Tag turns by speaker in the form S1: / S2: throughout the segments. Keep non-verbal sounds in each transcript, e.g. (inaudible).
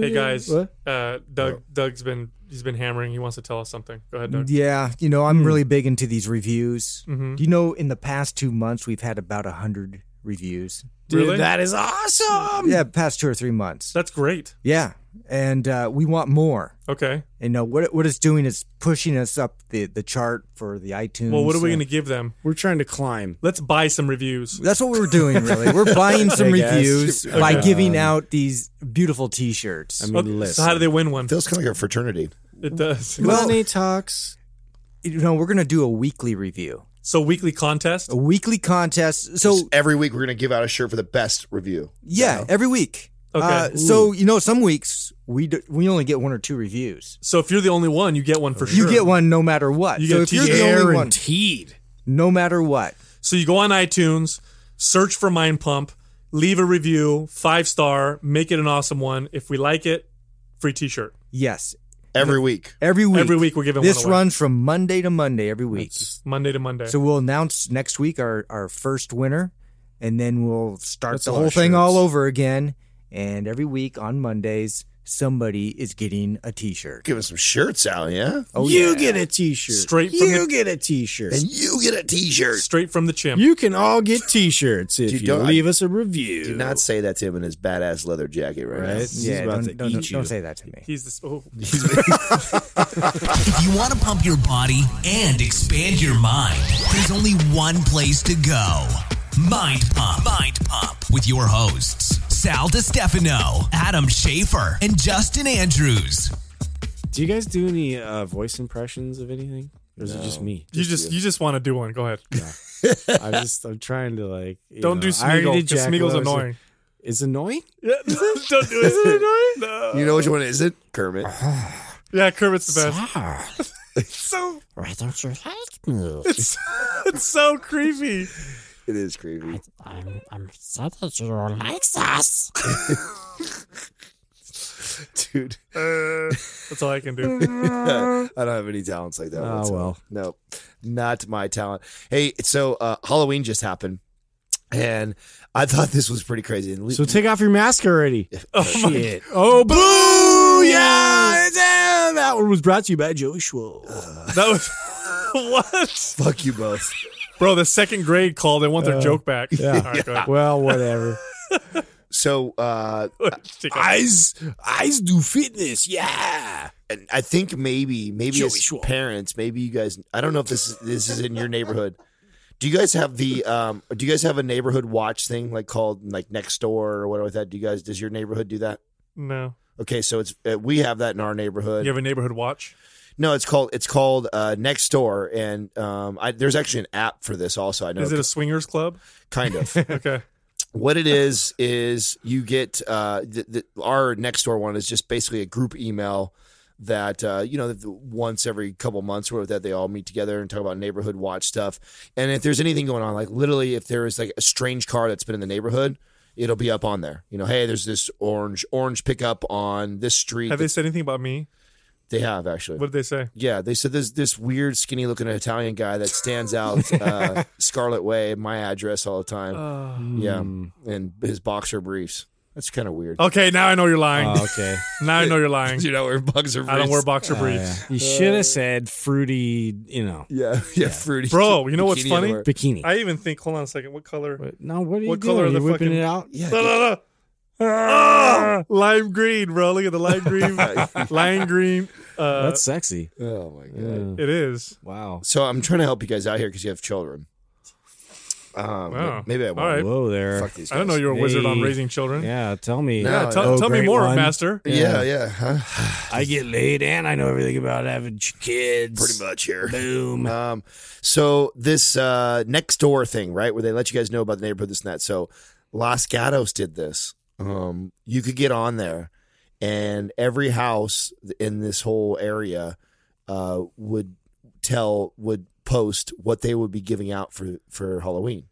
S1: Hey guys,
S2: What?
S1: uh, Doug. Doug's been he's been hammering. He wants to tell us something. Go ahead, Doug.
S2: Yeah, you know,
S1: Hmm.
S2: I'm really big into these reviews.
S1: Mhm.
S2: Do you know in the past two months we've had about a hundred reviews?
S3: Dude,
S1: Really?
S3: that is awesome.
S2: Yeah, past two or three months.
S1: That's great.
S2: Yeah, and uh, we want more.
S1: Okay.
S2: And uh, what what it's doing is pushing us up the, the chart for the iTunes.
S1: Well, what are we
S2: uh,
S1: going to give them?
S3: We're trying to climb.
S1: Let's buy some reviews.
S2: That's what we're doing, really.
S1: (laughs)
S2: We're buying some
S3: I guess.
S2: reviews
S3: Okay.
S2: by
S1: Um,
S2: giving out these beautiful T-shirts.
S3: I mean,
S1: Okay,
S3: listen.
S1: So how do they win one?
S4: Feels kind of like a fraternity.
S1: It does.
S2: Well-
S3: Money talks.
S2: you know, we're gonna do a weekly review,
S1: So weekly contest.
S2: a weekly contest. So
S4: Every week we're going to give out a shirt for the best review.
S2: yeah, every week.
S1: Okay.
S2: Uh, so you know, some weeks we d- we only get one or two reviews.
S1: So if you're the only one, you get one for
S2: You
S1: sure.
S2: get one no matter what.
S1: You
S2: so
S1: get
S2: if you're the only one,
S3: Guaranteed.
S2: no matter what.
S1: So you go on iTunes, search for Mind Pump, leave a review, five star, make it an awesome one. If we like it, free T-shirt.
S2: Yes,
S4: Every week.
S2: every week.
S1: Every week we're giving
S2: this
S1: one away.
S2: runs from Monday to Monday every week.
S1: Monday to Monday.
S2: So we'll announce next week our our first winner, and then we'll start
S3: That's a
S2: the
S3: lot
S2: whole
S3: of
S2: thing all
S3: shirts.
S2: over again. And every week on Mondays, somebody is getting a T-shirt.
S4: Give us some shirts out, yeah?
S2: Oh,
S3: you
S2: yeah.
S3: get a t-shirt.
S1: Straight from
S3: you
S1: the-
S3: get a t-shirt.
S4: And you get a t shirt.
S1: Straight from the chimp.
S3: You can all get t-shirts if
S4: Dude,
S3: you
S4: don't-
S3: leave us a review.
S4: Do not say that to him in his badass leather jacket right,
S3: Right? He's
S2: Yeah,
S3: about
S2: don't,
S3: to
S2: don't,
S3: eat
S2: don't,
S3: you.
S2: don't say that to me.
S1: He's this. Oh,
S5: If you want to pump your body and expand your mind, there's only one place to go Mind Pump. Mind Pump with your hosts, Sal DiStefano, Adam Schaefer, and Justin Andrews.
S3: Do you guys do any uh, voice impressions of anything? Or is it just (laughs) me?
S1: you just you just want to do one. Go ahead.
S3: I just I'm trying to like you
S1: Don't
S3: know,
S1: do
S3: I already
S1: Smeagol
S3: did
S1: because
S3: Jack
S1: Smeagol's
S3: Lowe.
S1: annoying.
S3: Is annoying?
S1: Don't do it. No.
S4: You know which one is it? Kermit.
S3: Uh-huh.
S1: Yeah, Kermit's the best. (laughs) so
S3: Why don't you like me?
S1: it's, it's so creepy.
S4: It is creepy.
S3: I'm I'm sad that you don't like us.
S4: (laughs) Dude, (laughs)
S1: Uh, that's all I can do.
S4: I don't have any talents like that.
S3: Oh,
S4: whatsoever.
S3: well.
S4: No, not my talent. Hey, so uh, Halloween just happened. And I thought this was pretty crazy. And
S3: So take off your mask (laughs) already.
S1: Oh my
S3: Shit. Oh, boo! Yeah, damn. That one was brought to you by Joey Schwo.
S1: That was (laughs) what,
S4: fuck you both.
S1: bro? The second grade call. They want their joke back.
S3: yeah.
S1: All right, go ahead.
S3: well, (laughs) whatever.
S4: So uh,
S1: (laughs) Take off.
S3: eyes, eyes do fitness. Yeah.
S4: and I think maybe maybe
S3: Joey
S4: as
S3: Schwab.
S4: parents, maybe you guys. I don't know if this is, this is in your neighborhood. Do you guys have the um? Do you guys have a neighborhood watch thing like called like next door or whatever like that? Do you guys does your neighborhood do that?
S1: No,
S4: Okay, so it's uh, we have that in our neighborhood.
S1: you have a neighborhood watch.
S4: No, it's called it's called uh, next door, and um, I, there's actually an app for this. Also, I know
S1: Is it a swingers club?
S4: kind of.
S1: Okay.
S4: what it is is you get uh, the, the, our next door one is just basically a group email that uh, you know the- once every couple months or that they all meet together and talk about neighborhood watch stuff and if there's anything going on like literally if there is like a strange car that's been in the neighborhood it'll be up on there you know hey there's this orange orange pickup on this street
S1: Have they said anything about me?
S4: they have actually
S1: What did they say?
S4: yeah, they said there's this weird, skinny looking Italian guy that stands (laughs) out uh, Scarlet Way, my address all the time.
S1: Oh.
S4: yeah, and his boxer briefs. That's kind of weird.
S1: Okay, now I know you're lying.
S3: Oh, okay.
S1: (laughs) now I know you're lying.
S4: Oh, (laughs) you know, wear boxer briefs.
S1: I don't wear boxer briefs.
S3: You should have said fruity, you know,
S4: Yeah, (laughs) yeah, fruity. (laughs)
S1: Bro, you know what's
S4: bikini
S1: funny?
S4: underwear.
S3: bikini.
S1: I even think. Hold on a second. What color?
S3: But no, what are you
S1: What
S3: doing?
S1: color are
S3: Are you
S1: the
S3: whipping
S1: fucking-
S3: it out?
S4: Yeah,
S1: No, (laughs)
S4: dude.
S1: no, no. Ah, lime green, bro. Look at the lime
S3: (laughs)
S1: green. lime green. Uh,
S3: That's sexy.
S4: oh my god.
S3: Yeah.
S1: it is.
S3: Wow.
S4: So I'm trying to help you guys out here because you have children. Um,
S1: Wow.
S4: maybe I
S1: All right.
S4: won't.
S3: Whoa there.
S4: Fuck these.
S1: I
S4: Guys.
S1: don't know you're a wizard on
S3: Hey.
S1: raising children.
S3: Yeah, tell me.
S4: No.
S1: Yeah, tell,
S3: Oh,
S1: tell me
S3: great
S1: more,
S3: one.
S1: Master.
S4: Yeah, yeah. Huh?
S3: I get laid and I know everything about having ch- kids.
S4: Pretty much here.
S3: Boom.
S4: (laughs) Um, so this uh, next door thing, right, where they let you guys know about the neighborhood, this and that. So Los Gatos did this. Um, you could get on there, and every house in this whole area uh, would tell would post what they would be giving out for for Halloween.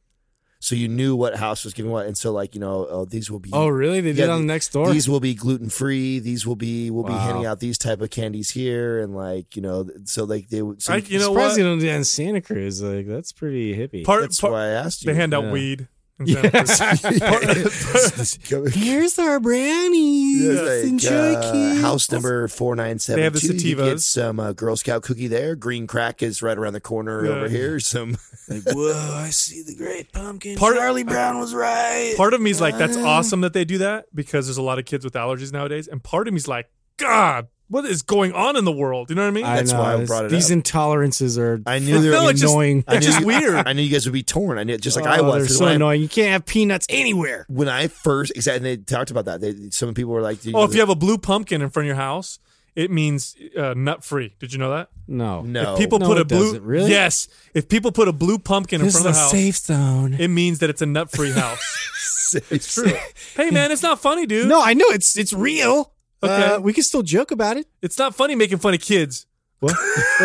S4: So you knew what house was giving what, and so like you know, oh, these will be.
S3: Oh, really? They did
S4: Yeah,
S3: it on the next door.
S4: These will be gluten free. These will be we'll be
S3: Wow.
S4: handing out these type of candies here, and like you know, th- so like they would. So
S1: I, you know
S3: Surprised
S1: what?
S3: they don't do that in Santa Cruz. Like that's pretty hippie.
S1: part,
S4: that's
S1: part-
S4: why I asked you.
S1: they hand out
S3: Yeah.
S1: weed. in San
S3: (laughs)
S1: Francisco.
S4: (laughs)
S3: Yeah. (laughs) Here's our brownies.
S4: Yes, like,
S3: Enjoy,
S4: uh,
S3: kids.
S4: house number four nine seven.
S1: They have the
S4: You can get
S1: sativas.
S4: some uh, Girl Scout cookie there. Green crack is right around the corner
S1: Yeah.
S4: over here. Some
S3: (laughs) Like, whoa! I see the great pumpkin.
S1: Part-
S3: Charlie Brown was right.
S1: part of me's like, that's awesome that they do that because there's a lot of kids with allergies nowadays. And part of me's like, God, what is going on in the world? You know what I mean?
S3: I
S4: That's
S3: know,
S4: why I
S3: it's-
S4: brought it
S3: These
S4: up.
S3: intolerances are
S4: I knew there.
S1: No,
S4: were
S1: it's just-
S3: annoying.
S4: I
S1: it's
S4: knew
S1: just
S4: you-
S1: weird.
S4: I knew you guys would be torn. I knew just like I
S3: Oh,
S4: was.
S3: They're
S4: 'Cause
S3: so
S4: when I-
S3: annoying. You can't have peanuts anywhere.
S4: When I first exactly, they talked about that. They, some people were like,
S1: oh, if you have a blue pumpkin in front of your house, it means uh, nut free. Did you know that?
S3: No,
S4: no."
S1: If people
S3: No,
S1: put
S3: it
S1: a blue
S3: doesn't. Really?
S1: yes, if people put a blue pumpkin in
S3: this
S1: front of
S3: is a
S1: the house,
S3: safe zone.
S1: it means that it's a nut
S3: (laughs)
S1: free house.
S4: it's
S1: True. hey man, it's not funny, dude.
S3: no, I know it's it's real.
S1: Okay.
S3: Uh, we can still joke about it.
S1: It's not funny making fun of kids.
S3: What? (laughs)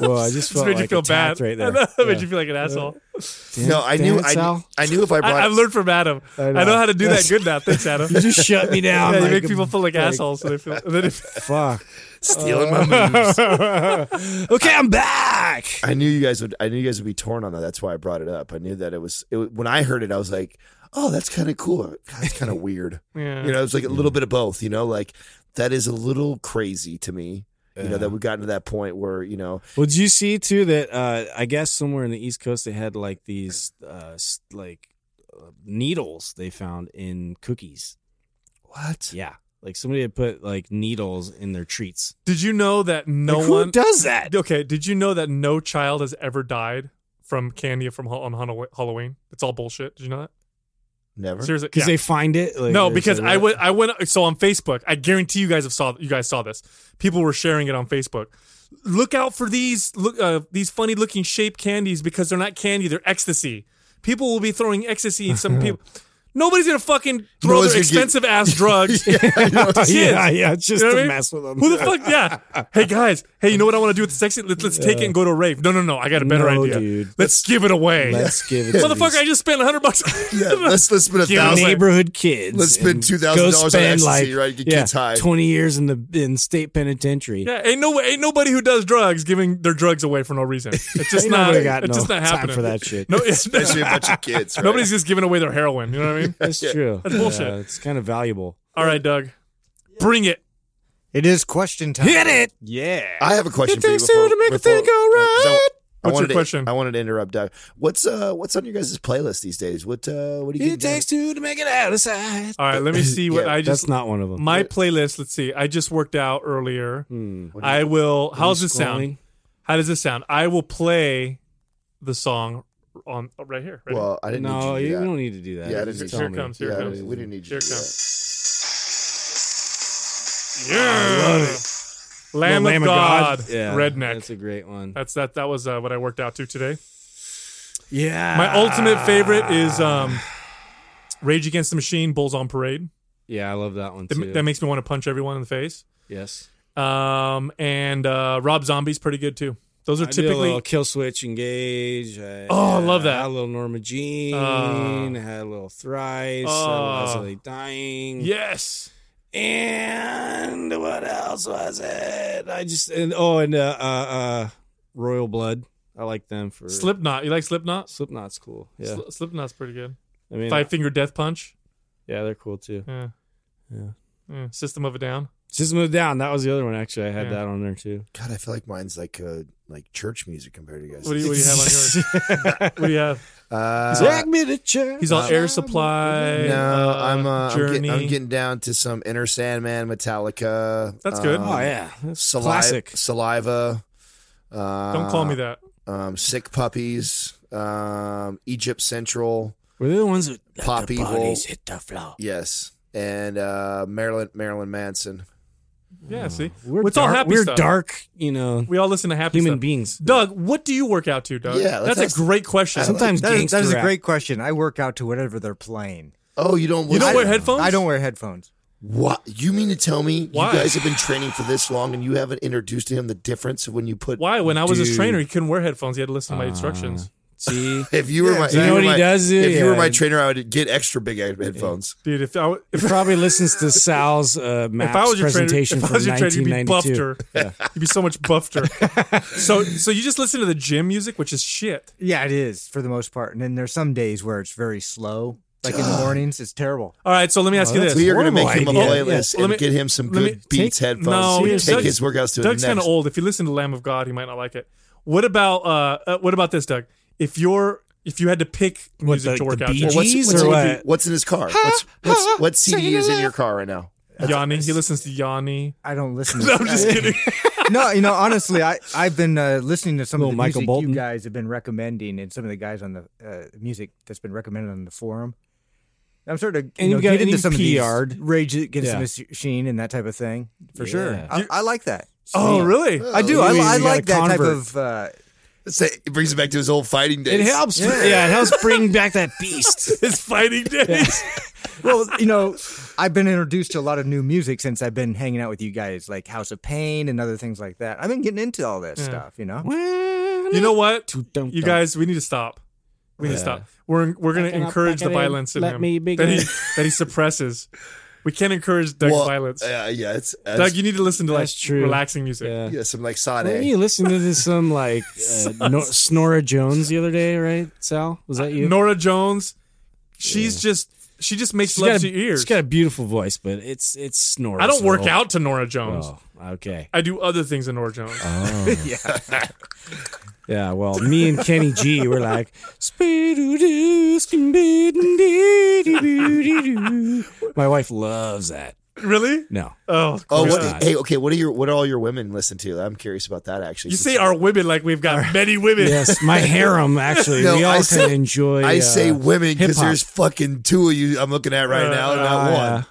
S3: Well, I just
S1: This
S3: felt
S1: made
S3: like
S1: you feel bad. (laughs)
S3: attacked (laughs) right there.
S1: that made
S3: Yeah.
S1: you feel like an asshole.
S3: Damn-
S4: No, I
S3: damn
S4: knew.
S3: it,
S4: I,
S3: Sal.
S4: I knew if I brought.
S1: I, I've learned from Adam. I
S3: I
S1: know,
S3: know.
S1: how to do
S3: That's-
S1: that good now. Thanks,
S3: (laughs)
S1: Adam.
S3: You just shut me down. (laughs)
S1: yeah,
S3: like
S1: you make
S3: a-
S1: people feel like,
S3: like,
S1: assholes. So they feel. Then it,
S3: (laughs) Fuck.
S4: stealing my moves.
S3: Uh, (laughs) okay, I'm back.
S4: I knew you guys would. I knew you guys would be torn on that. That's why I brought it up. I knew that it was. It, when I heard it, I was like, "Oh, that's kind of cool. God, That's kind of weird."
S1: yeah.
S4: You know, it's like a little
S1: Mm-hmm.
S4: bit of both. You know, like that is a little crazy to me. You know that we've gotten to that point where you know
S3: Well, did you see too that uh, I guess somewhere in the East Coast they had like these uh, s- like uh, needles they found in cookies.
S4: what?
S3: Yeah, like somebody had put like needles in their treats.
S1: Did you know that no
S3: Like,
S1: one?
S3: who does that?
S1: okay. Did you know that no child has ever died from candy from Hall- on Hall- Halloween? It's all bullshit. Did you know that?
S4: Never.
S1: Seriously,
S3: Because
S1: yeah.
S3: they find it. Like,
S1: no,
S3: they're
S1: because
S3: so-
S1: I went. I went. So on Facebook, I guarantee you guys have saw. You guys saw this. People were sharing it on Facebook. Look out for these look uh, these funny looking shaped candies because they're not candy. They're ecstasy. People will be throwing ecstasy. in Some
S3: (laughs)
S1: people. Nobody's gonna fucking throw
S4: one's
S1: their
S4: gonna get-
S1: expensive ass drugs. to
S3: (laughs) yeah,
S1: kids.
S3: yeah, just
S1: You know
S3: to
S1: what I mean?
S3: mess with them.
S1: Who the fuck?
S3: (laughs)
S1: Yeah. Hey guys. Hey, you know what I want to do with the sexy? Let's, let's take it and go to a rave. No, no, no. I got a better
S3: No,
S1: idea.
S3: dude.
S1: Let's, give it away.
S3: Let's
S1: (laughs)
S3: give it. to
S1: Motherfucker, I
S3: these
S1: just spent hundred
S3: (laughs)
S1: bucks.
S4: Yeah, let's let's spend a
S1: Give me
S4: thousand.
S3: neighborhood kids.
S4: Let's spend
S3: and
S4: $2,000
S3: go
S4: on
S3: spend,
S4: ecstasy,
S3: like,
S4: right? Get
S3: yeah,
S4: kids high.
S3: Twenty years in the in state penitentiary.
S1: Yeah, ain't no ain't nobody who does drugs giving their drugs away for no
S3: (laughs)
S1: reason. It's just
S3: Ain't
S1: not.
S3: nobody got
S1: it's
S3: no
S1: just not
S3: time
S1: happening
S3: for that
S1: (laughs)
S3: shit.
S1: No, it's,
S4: Especially a bunch of kids. Right?
S1: (laughs) nobody's just giving away their heroin. You know what I mean?
S3: That's
S4: (laughs)
S3: true.
S1: That's bullshit.
S3: Yeah, it's kind of valuable.
S1: All right, Doug, bring it.
S2: It is question time.
S3: Hit it. Yeah.
S4: I have a question for you.
S3: takes two
S4: before-
S3: to make a
S4: before-
S3: thing go
S4: uh, 'cause I-
S3: right.
S4: I
S1: What's your
S4: wanted to-
S1: question?
S4: I wanted to interrupt. Doug. What's uh what's on your guys' playlist these days? What uh what do you
S3: It takes two to make it out of sight.
S1: All right, let me see what
S4: Yeah,
S1: I
S3: That's
S1: just
S3: not one of them.
S1: my playlist. Let's see. I just worked out earlier.
S3: Hmm.
S1: I will. How's this
S3: Scrolling.
S1: sound? How does this sound? I will play the song on oh, right here. Ready?
S4: Well, I didn't
S3: No,
S4: need you
S3: you
S4: to do
S3: don't need to do that.
S4: Yeah, I
S3: You
S4: didn't
S3: just
S1: here
S4: need
S3: tell
S1: it
S3: me.
S1: comes.
S4: that.
S1: Here
S4: Yeah,
S1: it
S4: I
S1: comes.
S4: didn't- we didn't need you
S1: Here
S4: to
S1: it
S4: do that.
S1: comes. Yeah, Lamb,
S3: The
S1: of God,
S3: Yeah,
S1: redneck.
S3: That's a great one.
S1: That's that. That was uh, what I worked out to today.
S3: Yeah.
S1: My ultimate favorite is um, Rage Against the Machine, Bulls on Parade.
S3: Yeah, I love that one
S1: That,
S3: too.
S1: that makes me want to punch everyone in the face.
S3: yes.
S1: Um, and uh, Rob Zombie's pretty good too. Those are
S3: I did a little
S1: typically
S3: kill switch engage. I,
S1: Oh, I love that.
S3: I had a little Norma Jean.
S1: Uh.
S3: I had a little thrice.
S1: Uh.
S3: I was really
S1: (laughs)
S3: dying.
S1: yes.
S3: And what else was it? I just and oh and uh uh, uh Royal Blood. I like them for
S1: Slipknot. You like Slipknot?
S3: Slipknot's cool. Yeah,
S1: Sli- Slipknot's pretty good.
S3: I mean,
S1: Five Finger Death Punch.
S3: yeah, they're cool too.
S1: Yeah.
S3: Yeah.
S1: Yeah. System of a Down.
S3: Just moved down. That was the other one actually. I had
S1: Yeah.
S3: that on there too.
S4: God, I feel like mine's like uh like church music compared to you guys.
S1: What do you, what do
S3: (laughs)
S1: you have on yours? (laughs) What do you have?
S4: uh,
S3: Drag me to church.
S1: He's on Air Supply.
S4: no,
S1: uh,
S4: I'm uh, I'm,
S1: Journey.
S4: getting, I'm getting down to some Inner Sandman, Metallica.
S1: That's good.
S4: um,
S3: Oh yeah, That's
S4: saliva,
S3: classic.
S4: Saliva. Uh,
S1: Don't call me that.
S4: Um, Sick puppies. Um, Egypt Central.
S3: Were they the ones that
S4: Pop
S3: the
S4: Evil.
S3: bodies hit the floor?
S4: Yes, and uh, Marilyn Marilyn Manson.
S1: Yeah. See,
S3: We're
S1: it's
S3: dark,
S1: all happy
S3: We're
S1: stuff.
S3: dark, you know,
S1: We all listen to happy
S3: human
S1: stuff. (laughs)
S3: beings.
S1: Doug, what do you work out to, Doug?
S4: Yeah, let's
S1: that's
S4: ask-
S1: a great question.
S3: Sometimes
S2: That is, that is
S3: gangster
S2: a
S3: rap.
S2: great question. I work out to whatever they're playing.
S4: Oh, you don't.
S1: You don't
S4: I-
S1: wear headphones?
S2: I don't wear headphones.
S4: What you mean to tell me
S1: Why?
S4: you guys have been training for this long and you haven't introduced to him the difference of when you put?
S1: Why? When I was his
S3: Dude.
S1: trainer, he couldn't wear headphones. He had to listen to my instructions.
S3: See,
S4: If you were my,
S3: You know
S4: if were
S3: what he
S4: my-
S3: does do?
S4: If you were
S3: Yeah.
S4: my trainer, I would get extra big headphones.
S1: Dude, if I, w- if,
S3: he probably listens to Sal's uh, maps
S1: if I was your trainer,
S3: presentation
S1: if I was your
S3: from
S1: trainer, you'd be
S3: 1992.
S1: buffeder. (laughs) You'd be so much buffeder.
S4: (laughs)
S1: so, so you just listen to the gym music, which is shit.
S2: Yeah, it is for the most part. And then there's some days where it's very slow.
S3: (sighs)
S2: Like in the mornings, it's terrible.
S1: All right, so let me ask you this.
S4: We are going to make him
S3: horrible
S4: a
S3: idea.
S4: playlist
S1: Yeah. Let
S4: and
S1: me-
S4: get him some
S1: let
S4: good
S1: me
S4: Beats
S3: take-
S4: headphones.
S1: No,
S4: take
S1: Doug-
S4: his workouts to
S1: Doug's
S4: the
S1: kind
S4: next.
S1: of old. If you listen to Lamb of God, he might not like it. What about uh, uh what about this, Doug? If you're if you had to pick
S3: What,
S1: music
S3: the-
S1: to
S3: the
S1: work out,
S3: Bee
S1: to,
S4: Well, what's,
S3: Gees
S4: what's,
S3: or
S4: in-
S3: what?
S4: what's in his car? What's, what's, what CD is in your car right now?
S1: Yanni, he listens to Yanni.
S2: I don't
S3: (laughs)
S2: listen. To
S1: No, I'm just
S2: I-
S1: kidding.
S2: (laughs) no, you know, honestly, I I've been uh, listening to some of
S3: Little
S2: the
S3: Michael
S2: music
S3: Bolton.
S2: you guys have been recommending, and some of the guys on the uh, music that's been recommended on the forum. I'm sort of you
S3: And
S2: know,
S3: you've got-
S2: get
S3: and
S2: into
S3: you've
S2: some of
S3: PR'd.
S2: these Rage Against
S3: Yeah.
S2: the Machine and that type of thing.
S3: For sure. Yeah.
S2: I, I like that.
S1: oh, really?
S2: I do.
S3: you
S2: I,
S3: mean
S2: I
S3: you got
S2: like
S3: a
S2: that type
S3: convert.
S2: of. Uh,
S4: Say- It brings him back to his old fighting days.
S3: It helps. Yeah. it helps bring back that
S1: (laughs)
S3: beast.
S1: His fighting days.
S2: well, you know, I've been introduced to a lot of new music since I've been hanging out with you guys, like House of Pain and other things like that. I've been getting into all that stuff, you know.
S1: You know what?
S3: dum,
S1: You
S3: dum.
S1: guys, we need to stop. We need to stop. We're we're gonna
S3: Back it up,
S1: encourage
S3: back
S1: the
S3: it in.
S1: violence in
S3: Let
S1: him
S3: me begin.
S1: that he (laughs) that he suppresses. We can't encourage Doug's
S4: Well,
S1: violence.
S4: Uh, yeah, it's uh,
S1: Doug, you need to listen to like
S3: That's true.
S1: relaxing music.
S3: Yeah.
S4: yeah, some like Sade.
S3: Didn't you listen to this, some
S1: (laughs)
S3: like uh, Nor- Snora Jones the other day, right? Sal, was that you?
S1: Nora Jones, she's just she just makes love
S3: got a,
S1: to your ears.
S3: She's got a beautiful voice, but it's it's Snora.
S1: I don't
S3: so-
S1: work out to Nora Jones.
S3: Oh, okay.
S1: I do other things than Nora Jones.
S3: Yeah. Well, me and Kenny G were like, "Speedo-doo, skin-bid-dee-dee-doo-dee-doo." my wife loves that.
S1: really?
S3: No,
S1: Oh,
S4: Oh, what,
S3: not.
S4: hey, okay. What are your what do all your women listen to? I'm curious about that actually.
S1: you
S4: since-
S1: say our women like we've got many women.
S3: yes, my harem actually.
S4: No,
S3: we all
S4: I
S3: kind
S4: say-
S3: of enjoy.
S4: I say
S3: uh,
S4: women because
S3: hip-hop.
S4: there's fucking two of you I'm looking at right
S1: Uh,
S4: now, not
S3: uh,
S4: one.
S3: yeah.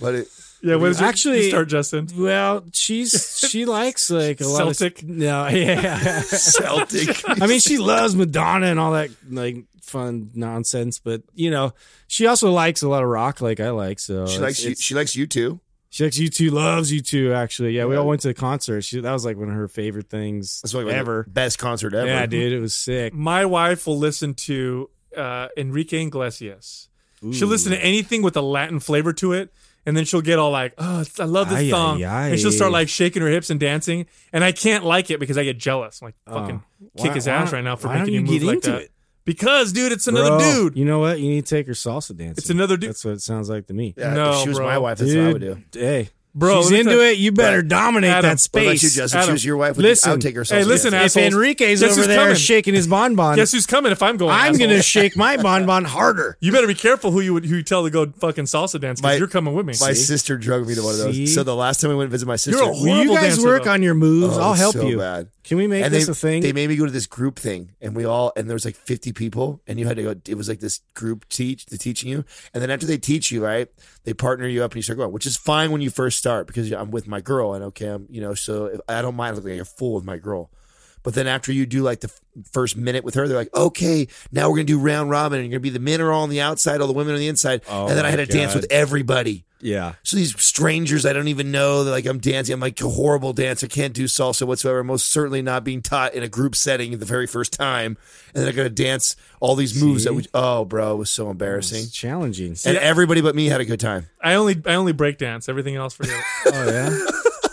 S4: But
S3: (laughs)
S4: it,
S1: Yeah. What is your,
S3: Actually-
S1: you start Justin?
S3: Well, she's she likes like a lot
S1: Celtic?
S3: of no, (laughs) yeah.
S4: Celtic.
S3: I mean, she loves Madonna and all that like fun nonsense, but you know, she also likes a lot of rock, like I like. So
S4: she
S3: it's-
S4: likes you.
S3: uh, it's-
S4: She likes you too.
S3: she likes you two, loves you two. Actually, yeah, we all went to the concert. She, that was like one of her favorite things
S4: That's like my
S3: ever.
S4: best concert ever.
S3: Yeah, dude, it was sick.
S4: (laughs)
S1: My wife will listen to uh, Enrique Iglesias. She'll listen to anything with a Latin flavor to it. And then she'll get all like, oh, it's- I love this
S3: Ay,
S1: song.
S3: ay,
S1: And she'll start
S3: ay.
S1: like shaking her hips and dancing. And I can't like it because I get jealous. I'm like, fucking kick
S3: Oh. Why-
S1: his
S3: why
S1: ass
S3: don't-
S1: right now for
S3: why
S1: making
S3: don't
S1: you move
S3: you get
S1: like
S3: into
S1: that.
S3: it?
S1: Because, dude, it's another
S3: Bro,
S1: dude.
S3: You know what? You need to take her salsa dancing.
S1: It's another dude.
S3: That's what it sounds like to me.
S4: Yeah,
S1: No,
S4: if she was
S1: bro.
S4: my wife. That's what I would do.
S3: Hey,
S1: Bro,
S3: she's
S1: let me
S3: into
S1: tell-
S3: it. You better dominate
S1: Adam,
S3: that
S4: What
S3: space.
S4: about you, Justin? If she
S1: Adam,
S4: was your wife. Would
S3: listen.
S4: I would take her.
S1: Hey,
S4: salsa
S1: listen,
S4: dancing.
S3: if
S1: assholes.
S3: Enrique's
S1: Guess
S3: over
S1: who's
S3: there
S1: coming?
S3: shaking his bonbon,
S1: Guess who's coming if I'm going?
S3: I'm
S1: asshole?
S3: gonna shake my bonbon
S4: (laughs)
S3: harder.
S1: You better be careful who you would, who you tell to go fucking salsa dance
S4: My-
S1: because you're coming with me.
S4: My sister drugged me to one of those.
S3: See?
S4: So the last time I went to visit my sister,
S1: You're a
S3: Will you
S1: Horrible
S3: guys
S1: dancer,
S3: work
S1: though.
S3: on your moves? I'll help
S4: Oh, so
S3: you.
S4: Bad.
S3: Can we make
S4: and
S3: this
S4: they,
S3: a thing?
S4: They made me go to this group thing, and we all and there was like fifty people, and you had to go. It was like this group teach, the teaching you, and then after they teach you, right, they partner you up, and you start going, which is fine when you first start because I'm with my girl, and okay, I'm you know, so if, I don't mind looking like a fool with my girl. But then after you do like the f- first minute with her, they're like, okay, now we're gonna do round robin, and you're gonna be the men are all on the outside, all the women on the inside,
S3: Oh
S4: and then I had
S3: my
S4: to dance
S3: God.
S4: with everybody.
S3: yeah.
S4: So these strangers I don't even know, they're like I'm dancing. I'm like a horrible dancer, can't do salsa whatsoever. Most certainly not being taught in a group setting the very first time. And then I gotta dance all these moves that we oh bro, it was so embarrassing.
S3: It's challenging.
S4: And everybody but me had a good time.
S1: I only I only break dance. Everything else
S3: (laughs)
S1: forget. it.
S3: oh yeah.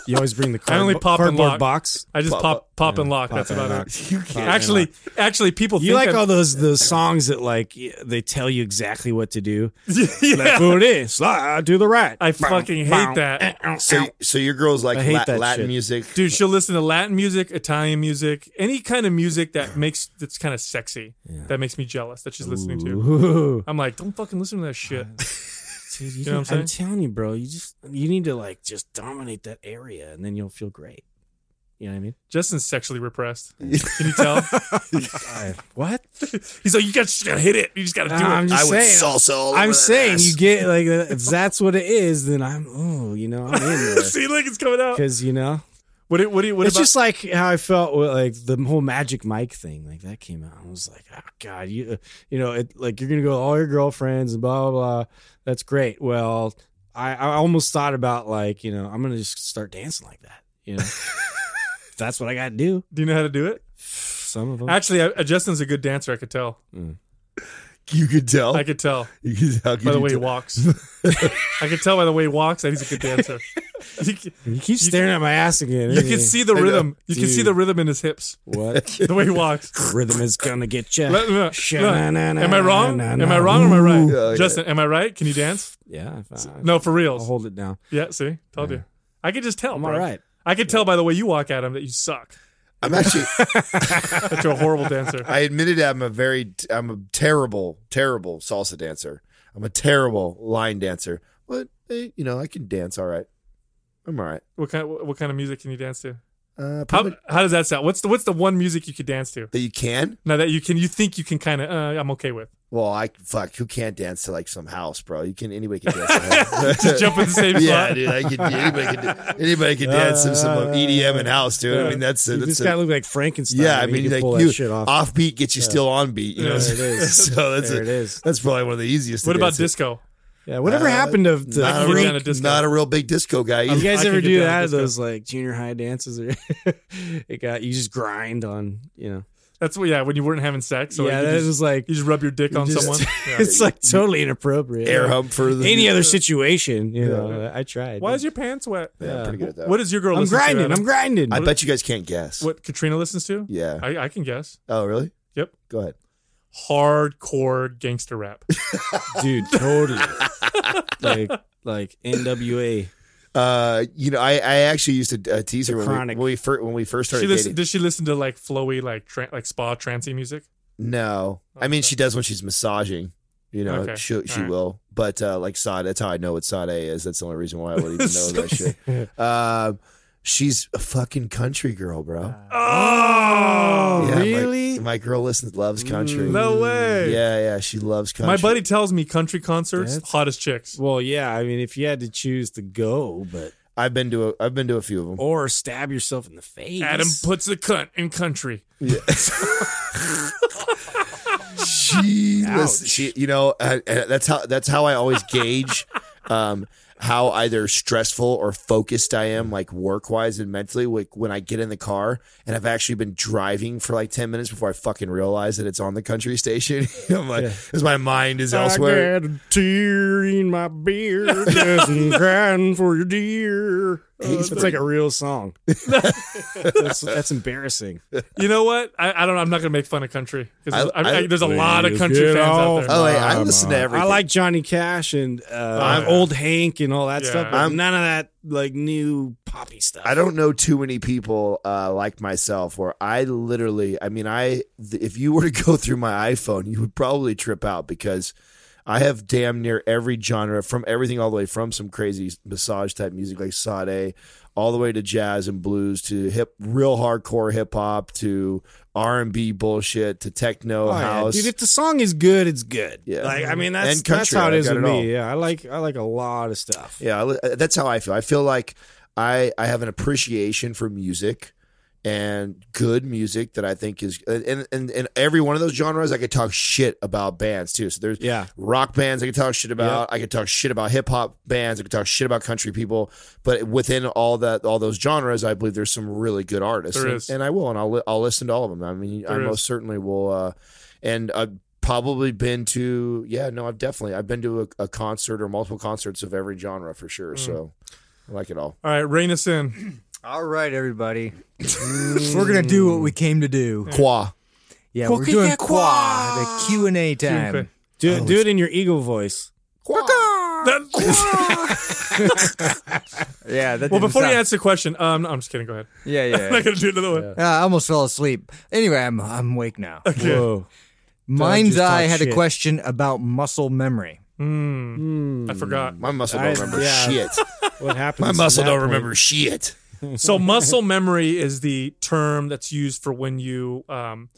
S3: You always (laughs) bring the
S1: I
S3: card-
S1: only pop and
S3: cardboard
S1: lock.
S3: box.
S1: I just pop pop, and lock.
S3: pop
S1: That's
S3: and
S1: about
S3: lock.
S1: it.
S3: (laughs) You can't.
S1: Actually, actually, people
S3: You
S1: think
S3: like
S1: I'm- (laughs)
S3: all those those songs that like they tell you exactly what to do. (laughs) Left
S1: yeah.
S3: foot in, slide to the right.
S1: I fucking hate
S3: eh,
S1: that.
S4: So so your girls like
S3: I hate
S4: La-
S3: that
S4: Latin
S3: shit.
S4: music.
S1: Dude, she'll listen to Latin music, Italian music, any kind of music
S3: (sighs)
S1: that makes that's kind of sexy. That makes me jealous that she's listening to.
S3: (laughs) Ooh.
S1: I'm like, don't fucking listen to that
S3: (laughs)
S1: shit.
S3: Dude, you
S1: know what I'm
S3: I'm, telling you, bro. You just you need to like just dominate that area, and then you'll feel great. You know what I mean?
S1: Justin's sexually
S3: (laughs)
S1: repressed. Can you tell?
S3: what?
S1: He's like, you guys just gotta hit it. You just gotta do it. (laughs)
S3: I'm
S4: I
S3: just
S4: would
S3: saying.
S4: salsa all over
S3: I'm
S4: that
S3: saying
S4: ass.
S3: you get like if that's what it is, then I'm oh, you know, I'm in (laughs) there
S1: See, look, it's coming out.
S3: because you know
S1: What? do- What? do you- What
S3: it's
S1: about?
S3: just like how I felt with like the whole Magic Mike thing. Like that came out, I was like, oh god, you you know, it, like you're gonna go to all your girlfriends and blah blah blah. That's great. Well, I, I almost thought about like, you know, I'm gonna just start dancing like that.
S1: (laughs)
S3: You know, that's what I got to do.
S1: Do you know how to do it?
S3: Some of them.
S1: Actually, I, uh, Justin's a good dancer. I could tell.
S4: You could
S3: Oh.
S4: tell.
S1: I could tell
S4: You could- how could
S1: by the
S4: you
S1: way he
S3: (laughs)
S4: tell?
S1: walks. I could tell by the way he walks that he's a good dancer. You, c-
S3: you keep staring at my ass again.
S1: you can see the rhythm. You can see the
S3: uh, Dude.
S1: rhythm in his hips. (laughs)
S3: what
S1: The way he
S3: (laughs)
S1: walks.
S3: rhythm is gonna get you.
S1: Look, look, look. Am I wrong? Am I wrong or am I right?
S4: Yeah, yeah.
S1: Justin, am I right? Can you
S3: (laughs)
S1: dance?
S3: Yeah. if I-
S1: No, for
S3: I'll
S1: reals.
S3: hold it down.
S1: Yeah, see? Told you. I could just tell.
S3: I'm
S1: bro.
S3: all right.
S1: I could tell by the way you walk at him that you suck.
S4: I'm actually.
S1: That you're a
S3: (laughs)
S1: horrible dancer.
S4: I admitted I'm a very. I'm a terrible, terrible salsa dancer. I'm a terrible line dancer. But eh, you know, I can dance all right. I'm all right.
S1: What kind what kind of music can you dance to?
S4: Uh,
S1: How,
S4: probably-
S1: how does that sound? What's the what's the one music you could dance to?
S4: that you can.
S1: Now that you can you think you can kind of uh, I'm okay with.
S4: Well, I fuck. Who can't dance to like some house, bro? You can. Anybody can dance. To
S3: (laughs)
S4: house.
S1: Just jump in the same
S4: (laughs) yeah,
S1: spot.
S4: dude. I could, anybody can. do- Anybody can dance to some uh, EDM in house, dude. I mean, that's a,
S3: You
S4: that's
S3: just
S4: a,
S3: gotta look like Frankenstein.
S4: yeah. I
S3: and you
S4: mean,
S3: can
S4: like
S3: pull
S4: you,
S3: that shit off.
S4: offbeat gets you still on beat. You know,
S3: There it is.
S4: (laughs) so that's
S3: there
S4: a,
S3: it is.
S4: That's probably one of the easiest.
S1: What
S4: to
S1: about
S4: dance to.
S1: disco?
S3: Yeah. Whatever happened to, to
S4: Uh, Not a,
S1: freak
S4: real,
S1: on a disco. Oh,
S4: not a real big disco guy.
S3: you
S4: either.
S3: guys
S1: I
S3: ever
S1: could
S3: do
S1: get down
S3: that?
S1: with disco.
S3: Those like junior high dances, or (laughs) it got you just grind on, you know.
S1: That's what yeah, when you weren't having sex. So
S3: yeah,
S1: you
S3: that
S1: just,
S3: was like (laughs)
S1: you just rub your dick
S3: you
S1: on
S3: just- (laughs)
S1: someone. Yeah.
S3: it's like totally inappropriate.
S4: (laughs) air
S3: Yeah.
S4: hump for the (laughs)
S3: Any other situation, you know. I tried.
S1: Why is your pants wet?
S4: Yeah, I'm pretty good at that.
S1: What does your girl
S3: I'm
S1: listen to,
S3: grinding.
S1: Adam?
S3: I'm grinding.
S4: I bet you guys can't guess.
S1: What Katrina listens to?
S4: Yeah.
S1: I, I can guess.
S4: oh, really?
S1: Yep.
S4: Go ahead.
S1: Hardcore gangster
S4: (laughs)
S1: rap.
S3: (laughs) dude, totally. like like NWA.
S4: Uh, you know, I, I actually used to uh, tease her
S3: The
S4: when we,
S3: Chronic.
S4: when we first when we first
S1: she
S4: started
S1: listen,
S4: dating.
S1: does she listen to like flowy, like tran like spa trancey music?
S4: No, I mean she does when she's massaging. You know,
S1: Oh, Okay.
S4: she she
S1: All right.
S4: will. But uh, like Sade, that's how I know what Sade is. That's the only reason why I would
S1: (laughs)
S4: even know that shit. Um, she's a fucking country girl, bro.
S1: Oh,
S4: Yeah, my-
S3: really?
S4: My, girl listens loves country.
S1: no way.
S4: Yeah, yeah, she loves country.
S1: My buddy tells me country concerts,
S3: That's-
S1: hottest chicks.
S3: Well, yeah, I mean if you had to choose to go, but
S4: I've been to a, I've been to a few of them.
S3: or stab yourself in the face.
S1: Adam puts the cunt in country.
S4: Jesus, she, you know, uh, uh, that's how that's how I always gauge um, how either stressful or focused I am, like work wise and mentally. Like when I get in the car and I've actually been driving for like ten minutes before I fucking realize that it's on the country station. (laughs) I'm like, because my mind is elsewhere.
S3: I got a tear in my
S4: (laughs)
S3: beard, just crying for your dear. It's like a real
S4: (laughs)
S3: song. that's, that's embarrassing.
S1: You know what? I, I don't. I'm not gonna make fun of country 'cause
S4: I-
S1: there's- I-
S4: I-
S1: I- there's a lot of
S3: Please
S1: country
S3: get
S1: fans out
S3: off
S1: there.
S4: Oh, wait, I
S3: my
S4: listen to
S3: mind.
S4: everything.
S3: I like Johnny Cash and uh,
S1: yeah.
S3: old Hank and all that
S1: Yeah.
S3: stuff. But
S4: I'm-
S3: none of that like new poppy stuff.
S4: I don't know too many people uh, like myself where I literally, I mean, I, th- if you were to go through my iPhone, you would probably trip out because I have damn near every genre from everything all the way from some crazy massage type music like Sade all the way to jazz and blues to hip, real hardcore hip hop to R&B bullshit to techno
S3: Oh, yeah.
S4: house.
S3: dude. If the song is good, it's good.
S4: Yeah.
S3: Like I mean, that's
S4: And country,
S3: that's how it
S4: I
S3: is
S4: got
S3: with
S4: it all.
S3: me. Yeah, I like I like a lot of stuff.
S4: Yeah, I li- uh, that's how I feel. I feel like I I have an appreciation for music and good music that I think is uh, and and and every one of those genres I could talk shit about bands too. So there's
S3: Yeah.
S4: rock bands I could talk shit about. I could talk shit about hip hop bands. I could talk shit about country people. But within all that all those genres, I believe there's some really good artists.
S1: There
S4: and,
S1: is.
S4: and I will and I'll li- I'll listen to all of them. I mean, I
S1: There is.
S4: most certainly will. uh and I've probably been to yeah no I've definitely I've been to a, a concert or multiple concerts of every genre for
S1: Mm.
S4: sure so I like it all
S1: All right, rein us
S4: (laughs)
S1: in.
S2: All right, everybody. we're gonna do what we came to do.
S4: qua
S2: Yeah, we're doing qua the Q and A time.
S3: Do do it in your eagle voice.
S2: Yeah. That
S1: well,
S2: didn't
S1: before you
S2: sound-
S1: answer the question, um, no, I'm just kidding. Go ahead. (laughs)
S2: Yeah, yeah.
S1: I'm not gonna do it another way.
S2: Uh, I almost fell asleep. Anyway, I'm I'm awake now.
S3: Whoa.
S2: Mind's
S3: just talk
S2: Eye had a
S3: shit.
S2: question about muscle memory.
S1: I forgot.
S4: my muscle don't
S3: I-
S4: remember
S3: yeah.
S4: shit
S3: (laughs) What happened?
S4: my muscle don't remember shit
S1: So muscle memory is the term that's used for when you um,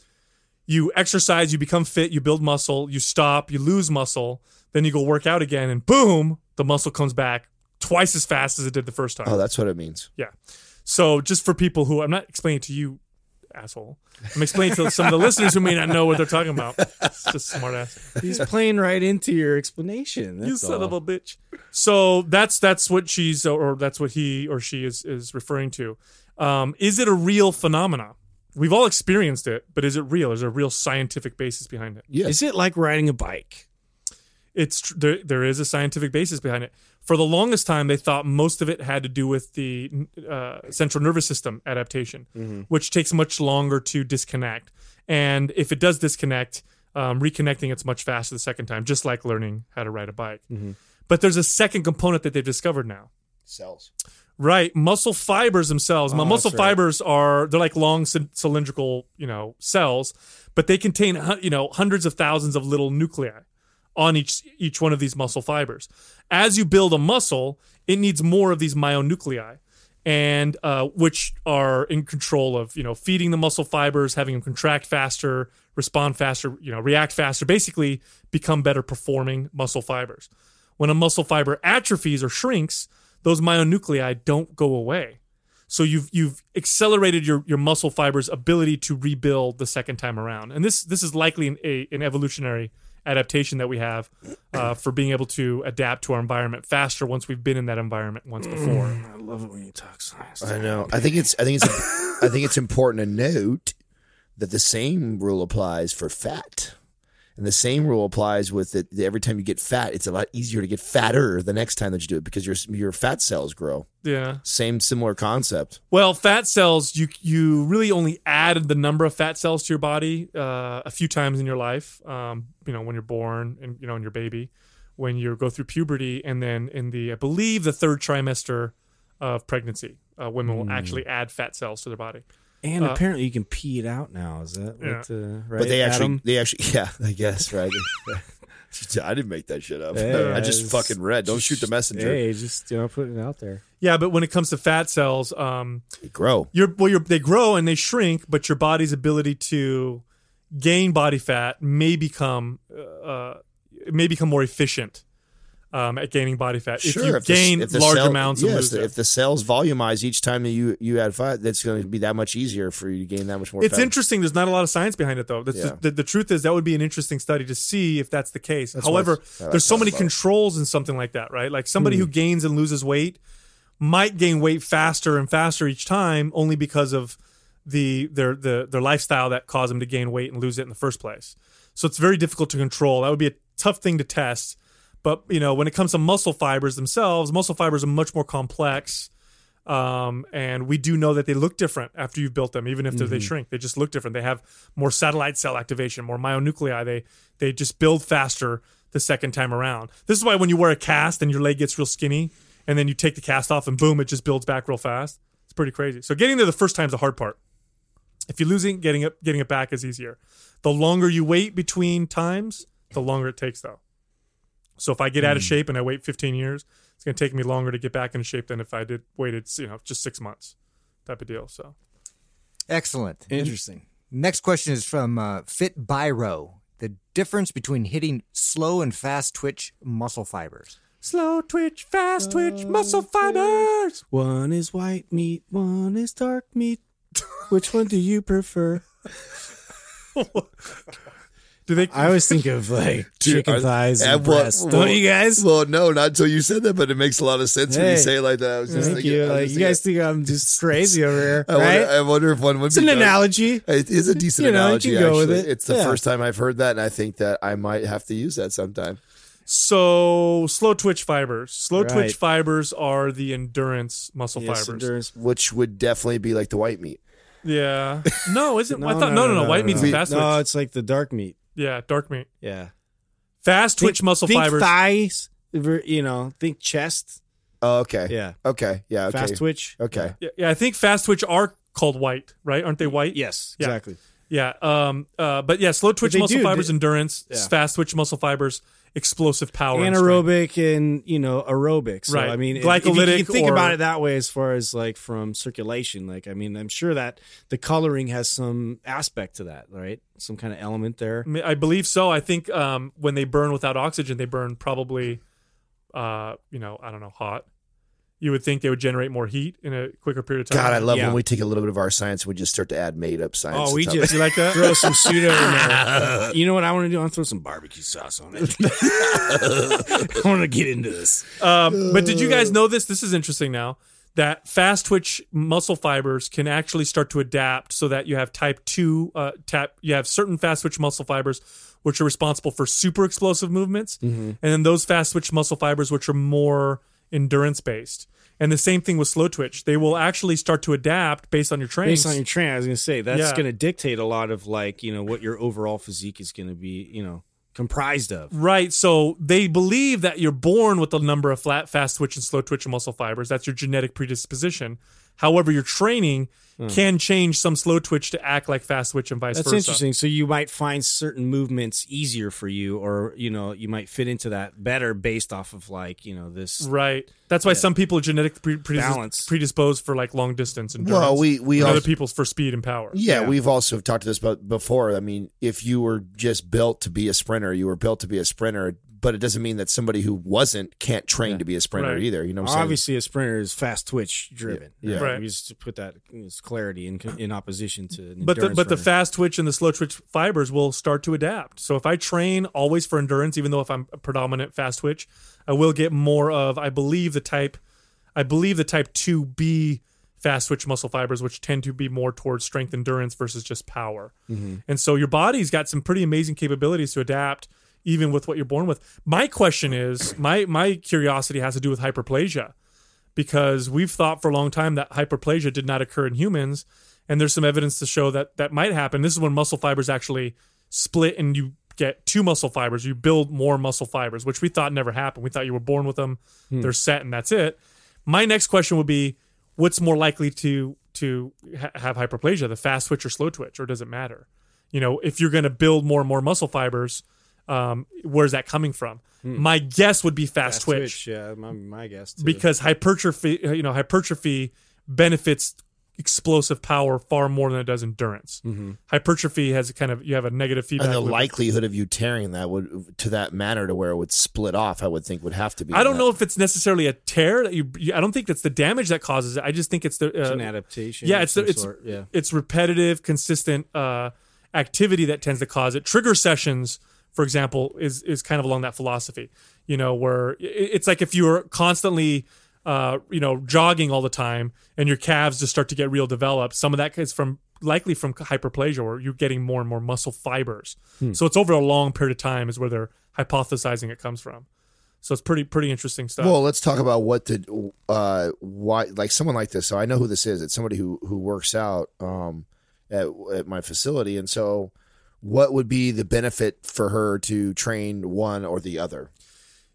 S1: you exercise, you become fit, you build muscle, you stop, you lose muscle, then you go work out again, and boom, the muscle comes back twice as fast as it did the first time.
S4: oh that's what it means
S1: yeah. So just for people who I'm not explaining to you asshole. I'm explaining to some of the listeners who may not know what they're talking about. It's just smart ass.
S3: He's playing right into your explanation.
S1: you
S3: that's
S1: son of
S3: all.
S1: a bitch. So that's that's what she's or that's what he or she is is referring to. Um, is it a real phenomena? We've all experienced it, but is it real? Is there a real scientific basis behind it?
S4: Yes.
S3: Is it like riding a bike?
S1: It's tr- there, there is a scientific basis behind it. For the longest time, they thought most of it had to do with the uh, central nervous system adaptation, which takes much longer to disconnect. And if it does disconnect, um, reconnecting it's much faster the second time, just like learning how to ride a bike. But there's a second component that they've discovered now.
S4: Cells.
S1: Right, muscle fibers themselves. My muscle fibers are they're like long c- cylindrical, you know, cells, but they contain hu- you know hundreds of thousands of little nuclei on each each one of these muscle fibers. As you build a muscle, it needs more of these myonuclei, and uh, which are in control of you know feeding the muscle fibers, having them contract faster, respond faster, you know, react faster. Basically, become better performing muscle fibers. When a muscle fiber atrophies or shrinks, those myonuclei don't go away. So you've you've accelerated your, your muscle fibers' ability to rebuild the second time around, and this this is likely an, a, an evolutionary adaptation that we have uh, for being able to adapt to our environment faster once we've been in that environment once before.
S3: I love it when you talk science.
S4: I know. I think it's. I think it's. (laughs) I think it's important to note that the same rule applies for fat, and the same rule applies with that. Every time you get fat, it's a lot easier to get fatter the next time that you do it because your your fat cells grow.
S1: Yeah.
S4: Same similar concept.
S1: Well, fat cells you you really only add the number of fat cells to your body uh, a few times in your life. Um, you know, when you're born and you know, when you're baby, when you go through puberty, and then in the I believe the third trimester of pregnancy, uh, women will actually add fat cells to their body.
S3: And apparently you can pee it out now. Is that
S1: Uh, Yeah.
S3: what, uh, right?
S4: But they actually,
S3: Adam?
S4: they actually, yeah, I guess, right? (laughs) I didn't make that shit up.
S3: Yeah,
S4: (laughs) I just
S3: it's-
S4: fucking read. Don't shoot the messenger.
S3: Hey, just you know, putting it out there.
S1: Yeah, but when it comes to fat cells, um,
S4: They grow.
S1: your well, your they grow and they shrink, but your body's ability to gain body fat may become uh, it may become more efficient um, at gaining body fat if you
S4: the-
S1: gain
S4: if the
S1: large
S4: cell-
S1: amounts. and
S4: Yes,
S1: lose it.
S4: if the cells volumize each time that you you add fat, that's going to be that much easier for you to gain that much more.
S1: It's
S4: fat.
S1: interesting. There's not a lot of science behind it, though. That's
S4: Yeah.
S1: the, the truth is that would be an interesting study to see if that's the case.
S4: what
S1: However,
S4: it's- yeah,
S1: there's
S4: that's
S1: so
S4: what
S1: many
S4: it's about. Hmm.
S1: controls in something like that, right? Like somebody who gains and loses weight might gain weight faster and faster each time, only because of the their the, their lifestyle that caused them to gain weight and lose it in the first place. So it's very difficult to control. That would be a tough thing to test. But you know, when it comes to muscle fibers themselves, muscle fibers are much more complex. Um, and we do know that they look different after you've built them, even if they're they shrink. They just look different. They have more satellite cell activation, more myonuclei. They they just build faster the second time around. This is why when you wear a cast and your leg gets real skinny, and then you take the cast off and boom, it just builds back real fast. It's pretty crazy. So getting there the first time's the hard part. If you're losing, getting it getting it back is easier. The longer you wait between times, the longer it takes though. So if I get out of shape and I wait 15 years, it's going to take me longer to get back in shape than if I did waited, you know, just six months, type of deal. So
S2: Excellent.
S3: Interesting.
S2: Next question is from uh, Fit Biro. The difference between hitting slow and fast twitch muscle fibers.
S1: slow twitch, fast twitch, muscle fibers.
S3: One is white meat, one is dark
S4: (laughs)
S3: meat. Which one do you prefer?
S1: Do they?
S3: I always think of like
S4: (laughs) Dude,
S3: chicken
S4: I-
S3: thighs and
S4: well-
S3: breasts.
S4: well-
S3: Don't you guys?
S4: Well, no, not until you said that, but it makes a lot of sense when you
S3: Hey.
S4: say it like that. I was just
S3: Thank
S4: thinking,
S3: you.
S4: I was
S3: Like
S4: just
S3: you guys
S4: thinking-
S3: think I'm
S4: (laughs)
S3: just crazy over here,
S4: I,
S3: right?
S4: wonder, I wonder if one would
S3: it's
S4: be
S3: an
S4: done.
S3: analogy.
S4: It is a decent
S3: You know, you
S4: analogy.
S3: can go with
S4: actually.
S3: it.
S4: It's the
S3: Yeah.
S4: first time I've heard that, and I think that I might have to use that sometime.
S1: So slow twitch fibers. Slow
S3: Right.
S1: twitch fibers are the endurance muscle fibers.
S4: Which would definitely be like the white meat.
S1: Yeah. No,
S3: (laughs)
S1: isn't? I thought no, no, no. White meat's
S4: no.
S1: fast
S3: No,
S1: twitch.
S3: it's like the dark meat.
S1: Yeah, dark meat.
S3: Yeah.
S1: Fast twitch muscle
S3: think
S1: fibers.
S3: Thighs, you know, think chest.
S4: Oh, okay.
S3: Yeah.
S4: Okay. Yeah. Okay.
S3: Fast twitch.
S4: Okay.
S1: Yeah, yeah, I think fast twitch are called white, right? Aren't they white?
S3: Yes,
S1: Yeah.
S3: exactly.
S1: Yeah. Um. Uh. But yeah, slow twitch
S3: they
S1: muscle
S3: do,
S1: fibers,
S3: they-
S1: endurance.
S3: Yeah.
S1: Fast twitch muscle fibers, explosive power. and strength.
S3: Anaerobic and you know aerobic. So
S1: Right.
S3: I mean, if- if you can
S1: Glycolytic
S3: think
S1: or-
S3: about it that way, as far as like from circulation. Like I mean, I'm sure that the coloring has some aspect to that, right? Some kind of element there.
S1: I mean, I believe so. I think um, when they burn without oxygen, they burn probably, uh, you know, I don't know, hot. you would think they would generate more heat in a quicker period of time.
S4: God, I love
S3: Yeah.
S4: when we take a little bit of our science and we just start to add made up science.
S3: Oh, we
S4: on top.
S3: just
S1: You like that?
S3: throw some pseudo in there. (laughs) You know what I want to do? I want to throw some barbecue sauce on it. (laughs) I want to get into this.
S1: Um, but did you guys know this? This is interesting now that fast twitch muscle fibers can actually start to adapt so that you have type 2 uh, tap you have certain fast twitch muscle fibers which are responsible for super explosive movements
S3: Mm-hmm.
S1: and then those fast twitch muscle fibers which are more endurance based and the same thing with slow twitch they will actually start to adapt based on your training
S3: Based on your train, I was going to say that's
S1: Yeah.
S3: going to dictate a lot of like you know what your overall physique is going to be you know comprised of.
S1: Right. So they believe that you're born with a number of flat, fast twitch and slow twitch muscle fibers. That's your genetic predisposition. However, your training
S4: Hmm.
S1: can change some slow twitch to act like fast twitch and vice
S3: That's
S1: versa.
S3: interesting. So you might find certain movements easier for you, or you know you might fit into that better based off of like you know this.
S1: Right. That's why some people are genetic pre- predis-
S3: Balance.
S1: predisposed for like long distance and
S4: Well, we- we
S1: other
S4: also-
S1: people's for speed and power.
S4: Yeah, we've also talked to this about before. I mean, if you were just built to be a sprinter, you were built to be a sprinter, but it doesn't mean that somebody who wasn't can't train to be a sprinter
S1: Right.
S4: either. You know what I'm saying?
S3: Obviously, a sprinter is fast twitch driven.
S4: Yeah.
S1: Right.
S3: You just put that it's clarity in in opposition to. An
S1: But the,
S3: endurance
S1: but the
S3: runner.
S1: fast twitch and the slow twitch fibers will start to adapt. So if I train always for endurance, even though if I'm a predominant fast twitch, I will get more of I believe the type, I believe the type two B fast twitch muscle fibers, which tend to be more towards strength endurance versus just power. And so your body's got some pretty amazing capabilities to adapt even with what you're born with. My question is, my my curiosity has to do with hyperplasia because we've thought for a long time that hyperplasia did not occur in humans and there's some evidence to show that that might happen this is when muscle fibers actually split and you get two muscle fibers you build more muscle fibers which we thought never happened we thought you were born with them they're set and that's it my next question would be what's more likely to to ha- have hyperplasia the fast twitch or slow twitch or does it matter you know if you're going to build more and more muscle fibers um, where's that coming from my guess would be fast,
S3: Fast
S1: twitch
S3: Yeah, my, my guess. Too.
S1: because hypertrophy uh, you know hypertrophy benefits explosive power far more than it does endurance hypertrophy has a kind of you have a negative feedback
S4: And the
S1: loop.
S4: likelihood of you tearing that would to that matter to where it would split off, I would think would have to be.
S1: i don't
S4: that.
S1: know if it's necessarily a tear that you, you- i don't think that's the damage that causes it i just think it's the
S3: it's
S1: uh,
S3: an adaptation.
S1: yeah
S3: of
S1: it's the,
S3: some
S1: it's
S3: sort, yeah.
S1: it's repetitive consistent uh activity that tends to cause it trigger sessions for example is is kind of along that philosophy you know where i- it's like if you're constantly uh you know jogging all the time and your calves just start to get real developed some of that is from likely from hyperplasia where you're getting more and more muscle fibers
S3: Hmm.
S1: so it's over a long period of time is where they're hypothesizing it comes from so it's pretty pretty interesting stuff
S4: Well, let's talk about what the uh, why like someone like this. So I know who this is. It's somebody who who works out um, at at my facility, and so what would be the benefit for her to train one or the other?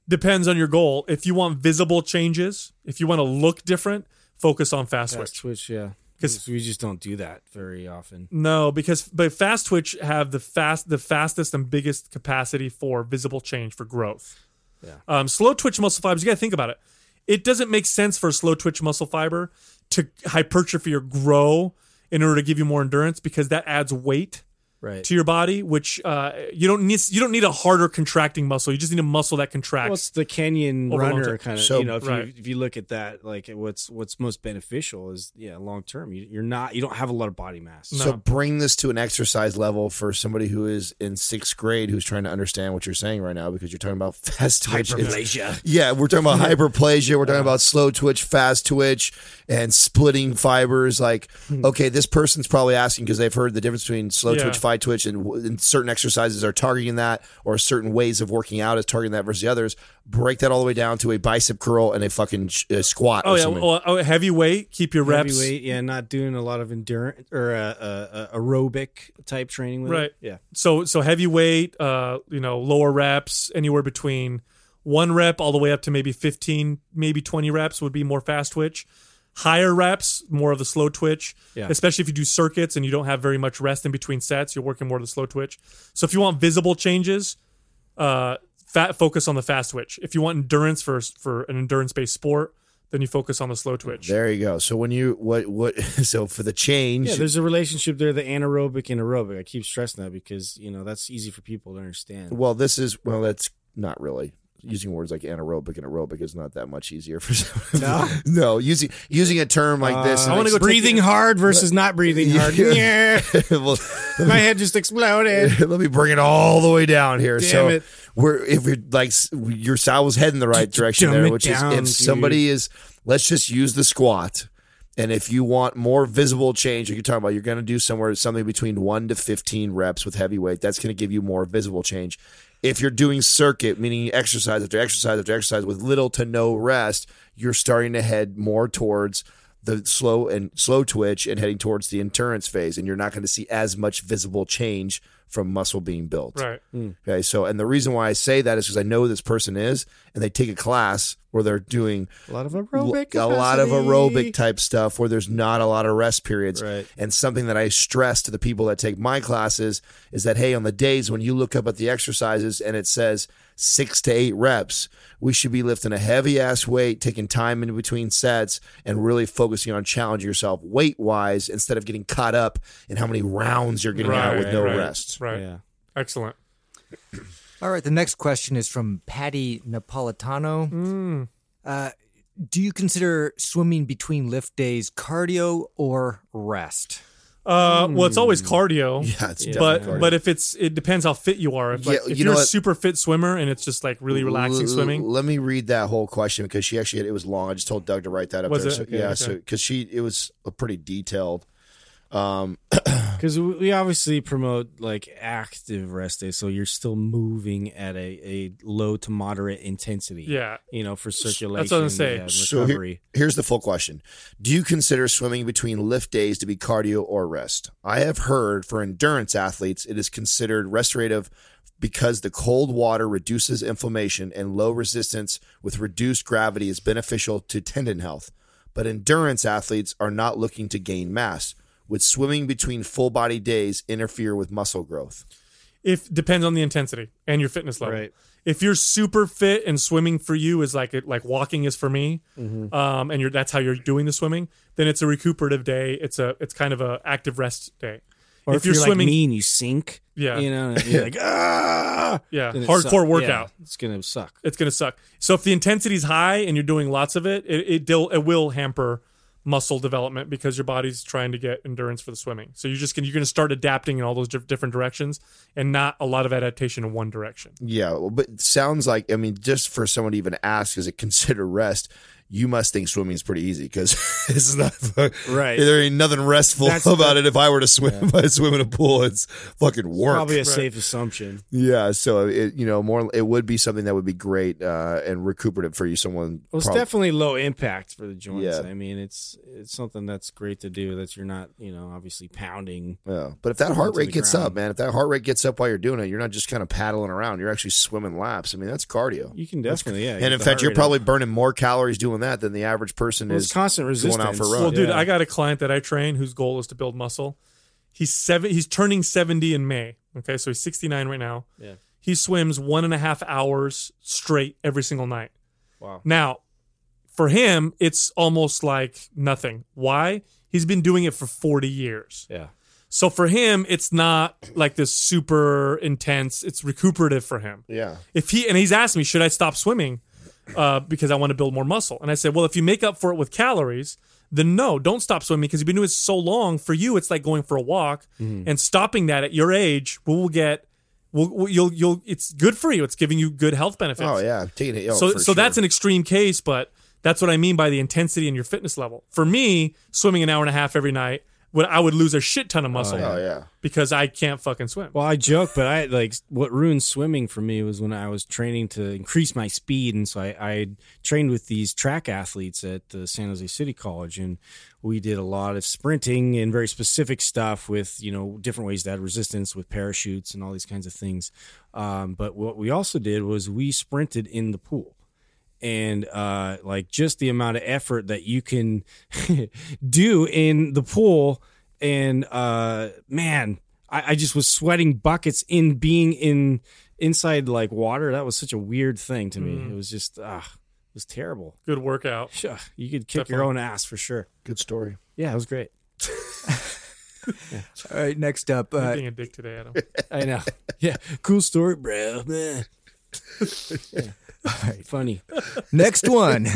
S1: depends on your goal if you want visible changes if you want to look different focus on fast
S3: Fast
S1: twitch
S3: twitch. Yeah, because we just don't do that very often.
S1: No, because but fast twitch have the fast the fastest and biggest capacity for visible change for growth. Yeah. Um, slow twitch muscle fibers. You got to think about it. It doesn't make sense for a slow twitch muscle fiber to hypertrophy or grow in order to give you more endurance because that adds weight
S3: Right.
S1: to your body, which uh, you don't need. You don't need a harder contracting muscle. You just need a muscle that contracts.
S3: What's the Kenyan
S1: Over long
S3: runner
S1: term.
S3: kind of?
S4: So-
S3: you know, if,
S1: Right.
S3: you, if you look at that, like what's what's most beneficial is yeah, long term. You, you're not you don't have a lot of body mass.
S4: So bring this to an exercise level for somebody who is in sixth grade who's trying to understand what you're saying right now because you're talking about (laughs) fast twitch. Hyperplasia. Yeah, we're talking about hyperplasia. We're talking about slow twitch, fast twitch, and splitting fibers. Like, okay, this person's probably asking because they've heard the difference between slow
S1: Hmm. Yeah.
S4: twitch, fast twitch, and, w- and certain exercises are targeting that, or certain ways of working out is targeting that versus the others. Break that all the way down to a bicep curl and a fucking sh- uh, squat.
S1: oh
S4: or
S1: yeah,
S4: something.
S1: well, oh, heavy weight. Keep your reps.
S3: Heavyweight, yeah, not doing a lot of endurance or uh, uh, uh, aerobic type training with it.
S1: Right.
S3: Yeah.
S1: so so heavyweight uh you know lower reps anywhere between one rep all the way up to maybe 15 maybe 20 reps would be more fast twitch higher reps more of the slow twitch
S3: Yeah.
S1: especially if you do circuits and you don't have very much rest in between sets you're working more of the slow twitch so if you want visible changes uh fat focus on the fast twitch if you want endurance for for an endurance based sport then you focus on the slow twitch
S4: There you go. So when you what what (laughs) so for the change
S3: Yeah, there's a relationship there, the anaerobic and aerobic. I keep stressing that because you know that's easy for people to understand. Uh,
S4: Well, this is well, that's not really. using words like anaerobic and aerobic is not that much easier for some No, (laughs) no using using a term like this.
S3: Uh,
S1: I wanna go
S3: breathing hard versus not breathing hard. Yeah.
S4: (laughs) well,
S3: (laughs)
S4: (laughs)
S3: My head just exploded.
S4: let me bring it all the way down here.
S3: Damn
S4: so
S3: it.
S4: we're if we're like s- your style was heading the right direction
S3: dumb
S4: there,
S3: it
S4: which
S3: down,
S4: is if
S3: dude.
S4: somebody is let's just use the squat. And if you want more visible change, like you're talking about, you're going to do somewhere something between one to fifteen reps with heavy weight. That's going to give you more visible change. If you're doing circuit, meaning exercise after exercise after exercise with little to no rest, you're starting to head more towards the slow and slow twitch and heading towards the endurance phase, and you're not going to see as much visible change from muscle being built.
S1: Right.
S4: Okay. So, and the reason why I say that is because I know who this person is, and they take a class where they're doing
S3: A lot of
S4: l-
S3: aerobic.
S4: a lot of
S3: capacity.
S4: aerobic type stuff where there's not a lot of rest periods.
S3: Right.
S4: And something that I stress to the people that take my classes is that, hey, on the days when you look up at the exercises and it says six to eight reps, we should be lifting a heavy ass weight, taking time in between sets, and really focusing on challenging yourself weight wise instead of getting caught up in how many rounds you're getting out with no
S1: right,
S4: rest.
S1: Right.
S3: Yeah.
S1: Excellent.
S2: All right, the next question is from Patty Napolitano.
S3: Mm.
S2: Uh, do you consider swimming between lift days cardio or rest?
S1: Uh, well, it's always cardio.
S4: Hmm. Yeah, it's
S1: But
S4: definitely cardio.
S1: but if it's it depends how fit you are. If, like,
S4: Yeah,
S1: if you
S4: you know
S1: are a
S4: what?
S1: super fit swimmer and it's just like really relaxing
S4: L-
S1: swimming,
S4: Let me read that whole question because she actually it was long. I just told Doug to write that up
S1: Was
S4: there.
S1: it?
S4: So,
S1: Okay,
S4: yeah,
S1: okay.
S4: so because she it was a pretty detailed.
S3: Because we we obviously promote like active rest day, so you're still moving at a, a low to moderate intensity.
S1: Yeah.
S3: you know for circulation.
S1: that's what I'm saying.
S3: yeah,
S4: So here-
S3: recovery.
S4: here's the full question: Do you consider swimming between lift days to be cardio or rest? I have heard for endurance athletes it is considered restorative because the cold water reduces inflammation and low resistance with reduced gravity is beneficial to tendon health. But endurance athletes are not looking to gain mass. Would swimming between full body days interfere with muscle growth?
S1: if depends on the intensity and your fitness level.
S3: Right.
S1: If you're super fit and swimming for you is like it, like walking is for me,
S4: Mm-hmm.
S1: um, and you're that's how you're doing the swimming, then it's a recuperative day. It's a it's kind of a active rest day.
S3: Or if, you're, like me and you sink,
S1: Yeah.
S3: you know, and you're like ah,
S1: Yeah,
S3: then it
S1: hardcore
S3: suck- yeah,
S1: workout.
S3: it's gonna suck.
S1: it's gonna suck. So if the intensity's high and you're doing lots of it, it it, dil- it will hamper muscle development because your body's trying to get endurance for the swimming. So you're just gonna you're gonna start adapting in all those di- different directions and not a lot of adaptation in one direction.
S4: Yeah, well, but it sounds like I mean, just for someone to even ask, is it considered rest? You must think swimming is pretty easy because (laughs) it's not
S3: Right.
S4: There ain't nothing restful
S3: That's
S4: (laughs) about it. If I were to swim, (laughs) if I swim in a pool, it's fucking work.
S3: Probably a safe assumption.
S4: yeah, so it you know more. It would be something that would be great uh, and recuperative for you. Someone,
S3: Well, it's
S4: prob-
S3: definitely low impact for the joints.
S4: Yeah.
S3: I mean, it's it's something that's great to do that you're not, you know, obviously pounding.
S4: yeah. But if that heart
S3: to
S4: rate
S3: the
S4: gets
S3: ground.
S4: up, man, if that heart rate gets up while you're doing it, you're not just kind of paddling around. You're actually swimming laps. I mean, that's cardio.
S3: You can definitely, yeah.
S4: and in fact, you're probably burning more calories doing that than the average person
S3: Well, it's
S4: is
S3: constant
S4: going out
S3: resistance.
S4: for a run.
S1: Well, dude,
S3: yeah.
S1: I got a client that I train whose goal is to build muscle. He's seven. He's turning seventy in May. Okay, so he's sixty nine right now.
S3: Yeah.
S1: He swims one and a half hours straight every single night.
S3: Wow.
S1: Now, for him, it's almost like nothing. Why? He's been doing it for forty years.
S3: yeah.
S1: So for him, it's not like this super intense. It's recuperative for him.
S4: Yeah.
S1: If he and he's asked me, should I stop swimming uh, because I want to build more muscle? And I said, well, if you make up for it with calories, then no, don't stop swimming because you've been doing it so long. For you, it's like going for a walk
S4: Mm-hmm.
S1: and stopping that at your age will get. Will, will, you'll you'll it's good for you. It's giving you good health benefits.
S4: Oh yeah, taking it. oh,
S1: so
S4: for
S1: so
S4: sure.
S1: that's an extreme case, but that's what I mean by the intensity and your fitness level. For me, swimming an hour and a half every night, would I would lose a shit ton of muscle
S4: Oh yeah.
S1: because I can't fucking swim.
S3: Well, I joke, but I like what ruined swimming for me was when I was training to increase my speed, and so I, I trained with these track athletes at the San Jose City College, and we did a lot of sprinting and very specific stuff with you know different ways to add resistance with parachutes and all these kinds of things. Um, but what we also did was we sprinted in the pool and uh, like just the amount of effort that you can (laughs) do in the pool. And uh, man, I, I just was sweating buckets in being in inside like water. That was such a weird thing to me.
S2: Mm-hmm.
S3: It was just ah, it was terrible.
S1: Good workout.
S3: Phew, You could kick your own ass for sure.
S4: Good story.
S3: Yeah, it was great.
S2: All right, next up, uh,
S1: Being a
S3: (laughs)
S1: dick today, Adam.
S3: I know. (laughs) yeah, cool story, bro. Meh. Funny.
S2: Next one.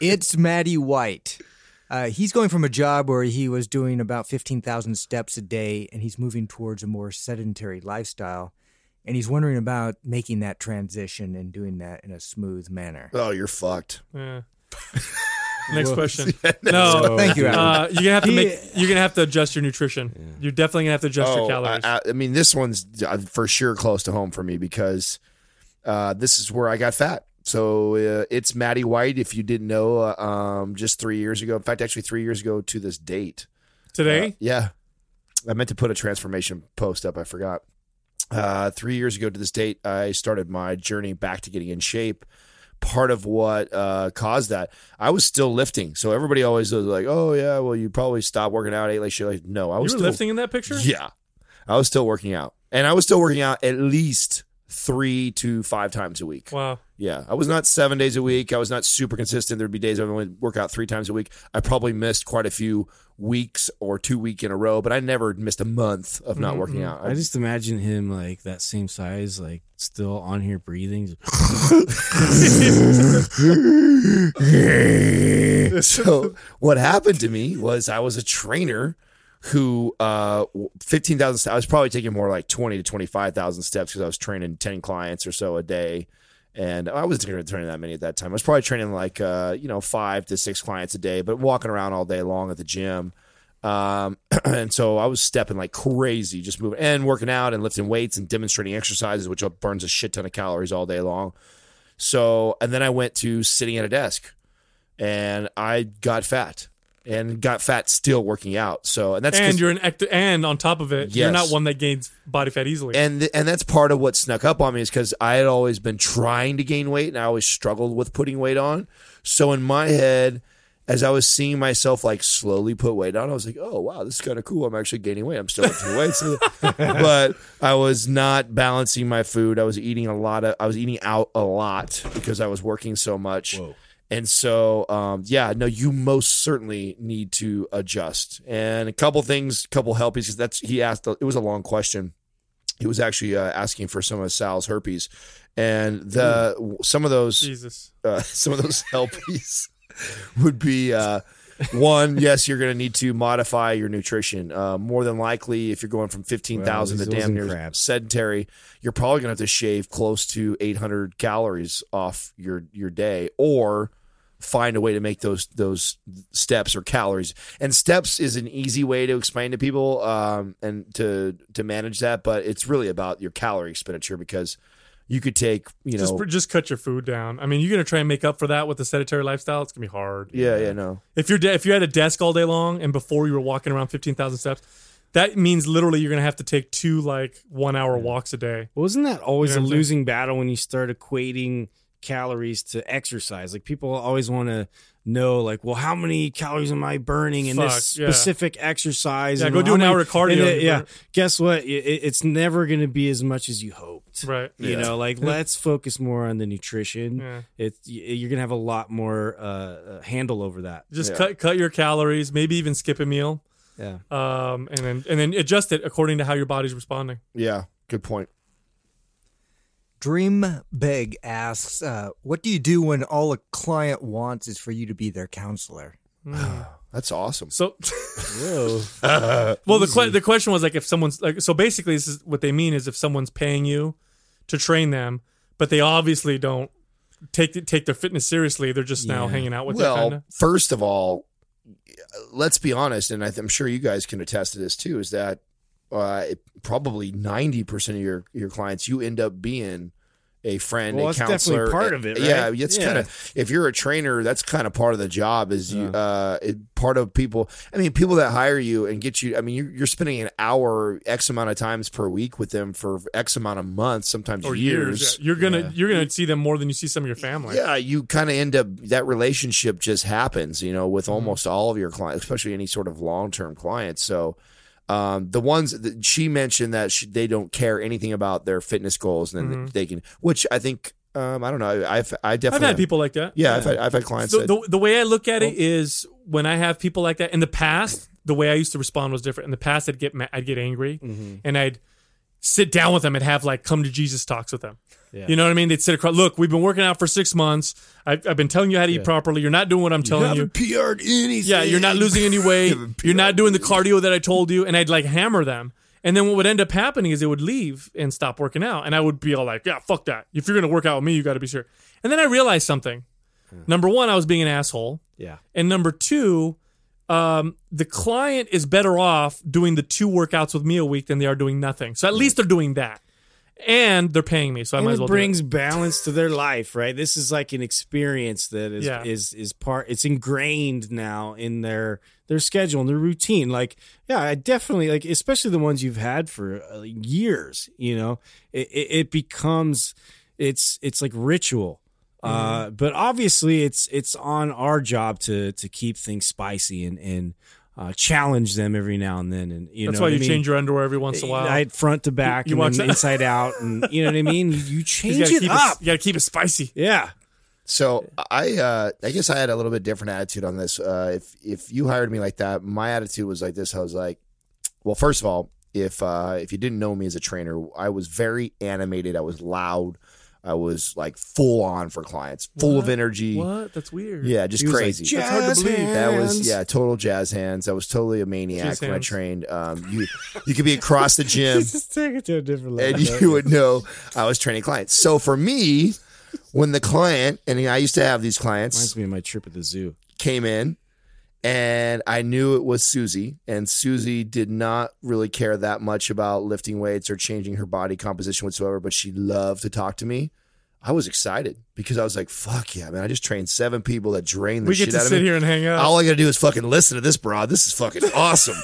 S2: it's Matty White. Uh, he's going from a job where he was doing about 15,000 steps a day and he's moving towards a more sedentary lifestyle. And he's wondering about making that transition and doing that in a smooth manner.
S4: Oh, you're fucked.
S1: Yeah. Next
S4: (laughs)
S1: question. No,
S2: Thank you, Alan.
S1: uh, you're gonna have to
S2: He-
S1: make. You're gonna have to adjust your nutrition. You're definitely gonna have to adjust your
S4: Oh, I,
S1: calories.
S4: I, I mean, this one's uh, for sure close to home for me because uh, this is where I got fat. So uh, it's Maddie White. If you didn't know, uh, um, just three years ago, in fact, actually three years ago to this date.
S1: Today,
S4: Uh, Yeah. I meant to put a transformation post up. I forgot. Uh, three years ago to this date, I started my journey back to getting in shape. Part of what uh, caused that, I was still lifting. So everybody always was like, "Oh yeah, well you probably stopped working out, ate like shit." Like, no, I
S1: you were
S4: was still
S1: lifting in that picture.
S4: Yeah, I was still working out, and I was still working out at least three to five times a week.
S1: Wow.
S4: Yeah, I was not seven days a week. I was not super consistent. There'd be days I would only work out three times a week. I probably missed quite a few weeks or two week in a row, but I never missed a month of not working out.
S3: mm-hmm. I just imagine him like that same size, like still on
S1: (laughs)
S3: here breathing.
S4: (laughs) so what happened to me was I was a trainer who uh 15,000 st- I was probably taking more like 20 to 25,000 steps cuz I was training 10 clients or so a day and I wasn't gonna train that many at that time. I was probably training like uh you know 5 to 6 clients a day but walking around all day long at the gym. Um (clears throat) and so I was stepping like crazy just moving and working out and lifting weights and demonstrating exercises which burns a shit ton of calories all day long. So, and then I went to sitting at a desk and I got fat and got fat still working out. So, and that's 'cause-
S1: and you're an ect- and on top of it, you're
S4: Yes.
S1: not one that gains body fat easily.
S4: and th- and that's part of what snuck up on me is because I had always been trying to gain weight and I always struggled with putting weight on. So in my head, as I was seeing myself like slowly put weight on, I was like, "Oh wow, this is kind of cool. I'm actually gaining weight. I'm still lifting weights." (laughs) but I was not balancing my food. I was eating a lot of. I was eating out a lot because I was working so much. And so, um, yeah, no, you most certainly need to adjust. And a couple things, couple helpies, because that's he asked. It was a long question he was actually uh, asking for some of Sal's herpes, and the some of
S1: Mm.
S4: those
S1: Jesus.
S4: uh, (laughs) some of those helpies would be uh, one. Yes, you're going to need to modify your nutrition. Uh, more than likely, if you're going from fifteen thousand
S3: Well,
S4: to
S3: these
S4: damn
S3: wasn't
S4: near
S3: crap.
S4: sedentary, you're probably going to have to shave close to eight hundred calories off your your day, or find a way to make those those steps or calories. And steps is an easy way to explain to people um, and to to manage that, but it's really about your calorie expenditure because you could take you know
S1: Just pr- just cut your food down. I mean, you're gonna try and make up for that with a sedentary lifestyle. It's gonna be hard.
S4: yeah yeah no
S1: If you're de- if you're at a desk all day long and before you were walking around fifteen thousand steps, that means literally you're gonna have to take two like one hour walks a day.
S3: Wasn't that always
S1: You know
S3: a
S1: what I'm saying?
S3: losing battle when you start equating calories to exercise? Like people always want to know, like, well, how many calories am I burning in this
S1: Fuck, yeah.
S3: specific exercise?
S1: Yeah,
S3: and
S1: go do
S3: how
S1: an
S3: many-
S1: hour of cardio
S3: and
S1: and
S3: it-
S1: you
S3: yeah,
S1: burn-
S3: guess what? It, it- it's never going to be as much as you hoped.
S1: Right.
S3: You know, like let's focus more on the nutrition.
S1: Yeah.
S3: It's y- you're gonna have a lot more uh, uh, handle over that.
S1: Just cut cut your calories. Maybe even skip a meal.
S3: Yeah.
S1: Um, and then and then adjust it according to how your body's responding.
S4: yeah good point.
S2: Dream Beg asks, uh, What do you do when all a client wants is for you to be their counselor?
S4: That's awesome.
S1: So, (laughs) well, the que- the question was like if someone's like so basically this is what they mean is if someone's paying you to train them, but they obviously don't take th- take their fitness seriously. They're just now
S3: Yeah.
S1: hanging out with
S4: well,
S1: you. Kinda.
S4: first of all, let's be honest, and I th- I'm sure you guys can attest to this too, is that uh, it- probably 90% of your, your clients, you end up being a friend,
S3: Well,
S4: a
S3: that's definitely
S4: counselor. eh,
S3: part of it, right?
S4: Yeah, it's
S3: Yeah.
S4: kind of, if you're a trainer, that's kind of part of the job is you, uh, it, part of people, I mean, people that hire you and get you, I mean, you're, you're spending an hour, X amount of times per week with them for X amount of months, sometimes
S1: Or years,
S4: years.
S1: Yeah. you're gonna you're gonna see them more than you see some of your family.
S4: Yeah, you kind of end up that relationship just happens, you know, with
S1: Mm-hmm.
S4: almost all of your clients, especially any sort of long term clients. So, um, the ones that she mentioned that she, they don't care anything about their fitness goals, and then they can, which I think, um, I don't know, I- I've I
S1: Mm-hmm. I've
S4: definitely
S1: had people like that.
S4: yeah, I've had I've had clients.
S1: So
S4: that,
S1: the, the way I look at it is when I have people like that in the past, the way I used to respond was different. In the past, I'd get ma- I'd get angry and I'd sit down with them and have like come to Jesus talks with them.
S3: Yeah.
S1: You know what I mean? They'd sit across. Look, we've been working out for six months. I've, I've been telling you how to eat properly. You're not doing what I'm telling you.
S4: haven't PR'd anything.
S1: Yeah, you're not losing any weight. you're not doing the cardio that I told you. And I'd like hammer them. And then what would end up happening is they would leave and stop working out. And I would be all like, yeah, fuck that. If you're going to work out with me, you got to be sure. And then I realized something. Number one, I was being an asshole.
S3: Yeah.
S1: And number two, um, the client is better off doing the two workouts with me a week than they are doing nothing. So at least they're doing that. And they're paying me. So I
S3: And
S1: might
S3: it
S1: as well do
S3: brings balance to their life, right? This is like an experience that is
S1: Yeah.
S3: is is part. It's ingrained now in their their schedule and their routine. Like, yeah, I definitely like, especially the ones you've had for uh, years. You know, it, it, it becomes it's it's like ritual. Uh,
S1: Mm-hmm.
S3: but obviously, it's it's on our job to to keep things spicy and and uh, challenge them every now and then. And you
S1: That's
S3: know
S1: why
S3: what
S1: you
S3: I mean?
S1: change your underwear every once in a while.
S3: I front to back,
S1: you watch
S3: and then
S1: that?
S3: inside out, and you know what I mean.
S1: (laughs)
S3: You, you
S1: You
S3: change
S1: gotta,
S3: it
S1: keep
S3: up.
S1: It, you gotta keep it spicy.
S4: (laughs)
S3: yeah,
S4: So I, uh, I guess I had a little bit different attitude on this. Uh, if if you hired me like that, my attitude was like this. I was like, well, first of all, if uh, if you didn't know me as a trainer, I was very animated. I was loud. I was like full on for clients, full of energy.
S1: What? That's weird.
S4: Yeah, just
S3: He was like,
S4: crazy.
S3: That's hard to
S1: "Jazz
S3: believe.
S4: That was yeah, total jazz hands. I was totally a maniac
S1: Jazz
S4: when
S1: hands.
S4: I trained. Um, you you could be
S3: (laughs)
S4: across the gym
S3: Just take it to a different
S1: (laughs)
S3: level.
S4: and you would know I was training clients. So for me, when the client and I used to have these clients
S3: Reminds me of my trip at the zoo.
S4: came in, and I knew it was Susie, and Susie did not really care that much about lifting weights or changing her body composition whatsoever, but she loved to talk to me. I was excited because I was like, "Fuck yeah, man! I just trained seven people that drained the
S1: We
S4: shit
S1: get to
S4: out of
S1: sit
S4: me."
S1: here and hang out.
S4: All I gotta do is fucking listen to this broad. This is fucking
S1: (laughs)
S4: awesome.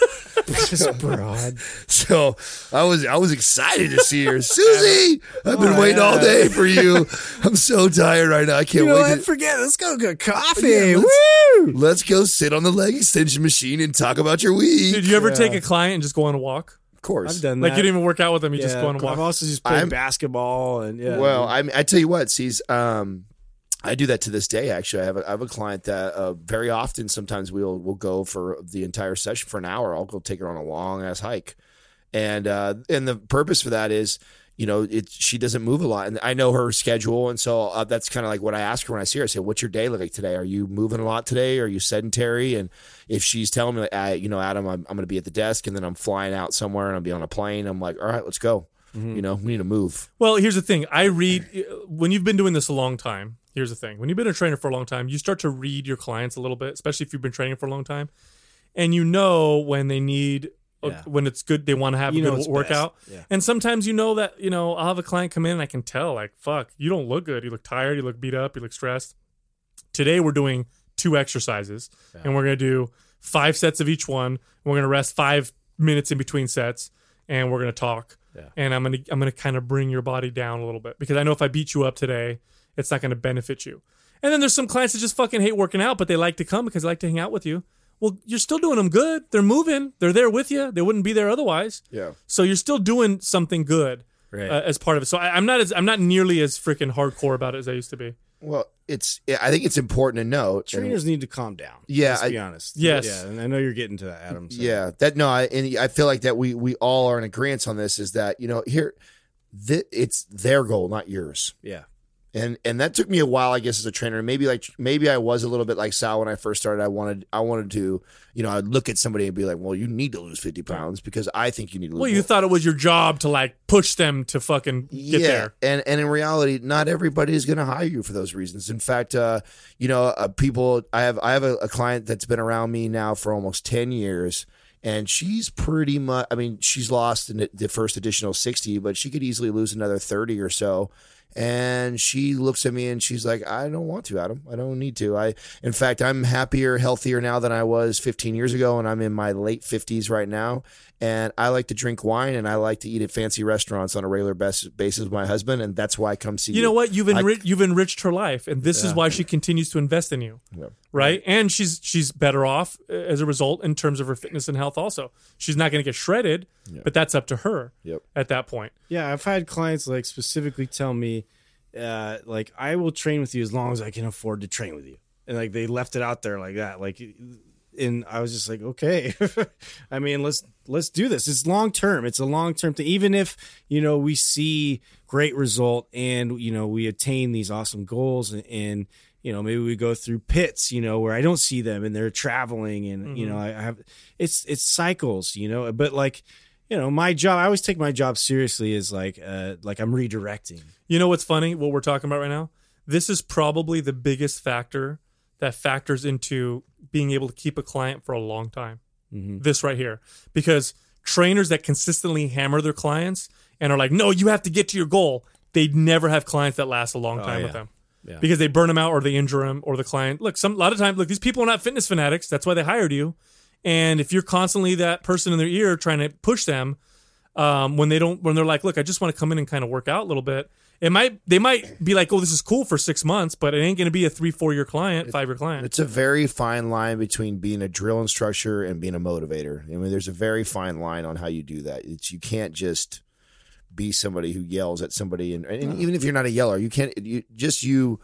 S3: Just broad.
S4: So I was I was excited to
S3: (laughs)
S4: see her. Susie, I've been waiting all day for you. I'm so tired right now. I can't
S3: Oh You know
S4: wait.
S3: what?
S4: to-
S3: Forget. it. Let's go get coffee.
S4: Yeah, let's-
S3: Woo!
S4: Let's go sit on the leg extension machine and talk about your week.
S1: Did you ever take a client and just go on a walk?
S4: of course.
S3: I've done
S1: Like
S3: that.
S1: you didn't even work out with them. You
S3: Yeah,
S1: just go on a
S3: I've
S1: walk.
S3: also just played
S4: I'm-
S3: basketball and yeah.
S4: Well, I mean, I tell you what, sees um I do that to this day actually. I have a, I have a client that uh, very often sometimes we'll we'll go for the entire session for an hour. I'll go take her on a long ass hike. And uh and the purpose for that is you know, it she doesn't move a lot, and I know her schedule, and so uh, that's kind of like what I ask her when I see her. I say, "What's your day look like today? Are you moving a lot today? Are you sedentary?" And if she's telling me, like, I, you know, Adam, I'm, I'm going to be at the desk, and then I'm flying out somewhere, and I'll be on a plane, I'm like, "All right, let's go." You know, we need to move.
S1: Well, here's the thing. I read when you've been doing this a long time. Here's the thing. When you've been a trainer for a long time, you start to read your clients a little bit, especially if you've been training for a long time, and you know when they need uh,
S3: Yeah.
S1: when it's good they want to have
S3: You
S1: a
S3: know
S1: good
S3: it's
S1: workout.
S3: best. Yeah.
S1: And sometimes you know that, you know, I'll have a client come in and I can tell like, fuck, you don't look good. You look tired, you look beat up, you look stressed. Today we're doing two exercises and we're going to do five sets of each one. and We're going to rest 5 minutes in between sets and we're going to talk.
S3: Yeah.
S1: And I'm going to I'm going to kind of bring your body down a little bit because I know if I beat you up today, it's not going to benefit you. And then there's some clients that just fucking hate working out, but they like to come because they like to hang out with you. Well, you're still doing them good. They're moving. They're there with you. They wouldn't be there otherwise.
S4: Yeah.
S1: So you're still doing something good
S3: Right.
S1: uh, as part of it. So I, I'm not as I'm not nearly as freaking hardcore about it as I used to be.
S4: Well, it's. I think it's important to note.
S3: trainers need to calm down.
S4: Yeah,
S3: let's
S4: I-
S3: be honest.
S1: Yes.
S3: yeah, and I know you're getting to that, Adam. so-
S4: yeah, that no, I, and I feel like that we we all are in agreement on this. Is that you know here, th- it's their goal, not yours.
S3: yeah.
S4: And and that took me a while, I guess, as a trainer. Maybe like maybe I was a little bit like Sal when I first started. I wanted I wanted to you know I'd look at somebody and be like, well, you need to lose fifty pounds because I think you need to lose.
S1: Well, you
S4: more."
S1: thought it was your job to like push them to fucking get there.
S4: And and in reality, not everybody is going to hire you for those reasons. In fact, uh, you know, uh, people. I have I have a, a client that's been around me now for almost ten years, and she's pretty much. I mean, she's lost in the- the first additional sixty, but she could easily lose another thirty or so. And she looks at me and she's like, "I don't want to, Adam. I don't need to. I, in fact, I'm happier, healthier now than I was 15 years ago, and I'm in my late 50s right now. And I like to drink wine and I like to eat at fancy restaurants on a regular bas- basis with my husband, and that's why I come see you.
S1: You know what? You've
S4: I-
S1: enri- you've enriched her life, and this is why she continues to invest in you, right? And she's she's better off uh, as a result in terms of her fitness and health. Also, she's not going to get shredded, but that's up to her
S4: Yep.
S1: at that point.
S3: Yeah, I've had clients like specifically tell me, uh, like I will train with you as long as I can afford to train with you, and like they left it out there like that. Like and I was just like, okay, (laughs) I mean, let's let's do this. It's long term. It's a long term thing. Even if you know we see great result and you know we attain these awesome goals and. and you know, maybe we go through pits, you know, where I don't see them and they're traveling and you know, I I have it's it's cycles, you know, but like, you know, my job I always take my job seriously is like uh like I'm redirecting.
S1: You know what's funny? What we're talking about right now? This is probably the biggest factor that factors into being able to keep a client for a long time.
S3: Mm-hmm.
S1: This right here. Because trainers that consistently hammer their clients and are like, no, you have to get to your goal, they never have clients that last a long time with
S3: Oh, yeah.
S1: them. Because they burn them out or they injure them or the client. Look, some a lot of times, look, these people are not fitness fanatics. That's why they hired you. And if you're constantly that person in their ear trying to push them, um, when they don't when they're like, look, I just want to come in and kind of work out a little bit. It might they might be like, oh, this is cool for six months, but it ain't going to be a three four year client, five year client.
S4: It's a very fine line between being a drill instructor and being a motivator. I mean, there's a very fine line on how you do that. It's you can't just be somebody who yells at somebody, and, and even if you're not a yeller, you can't you, just you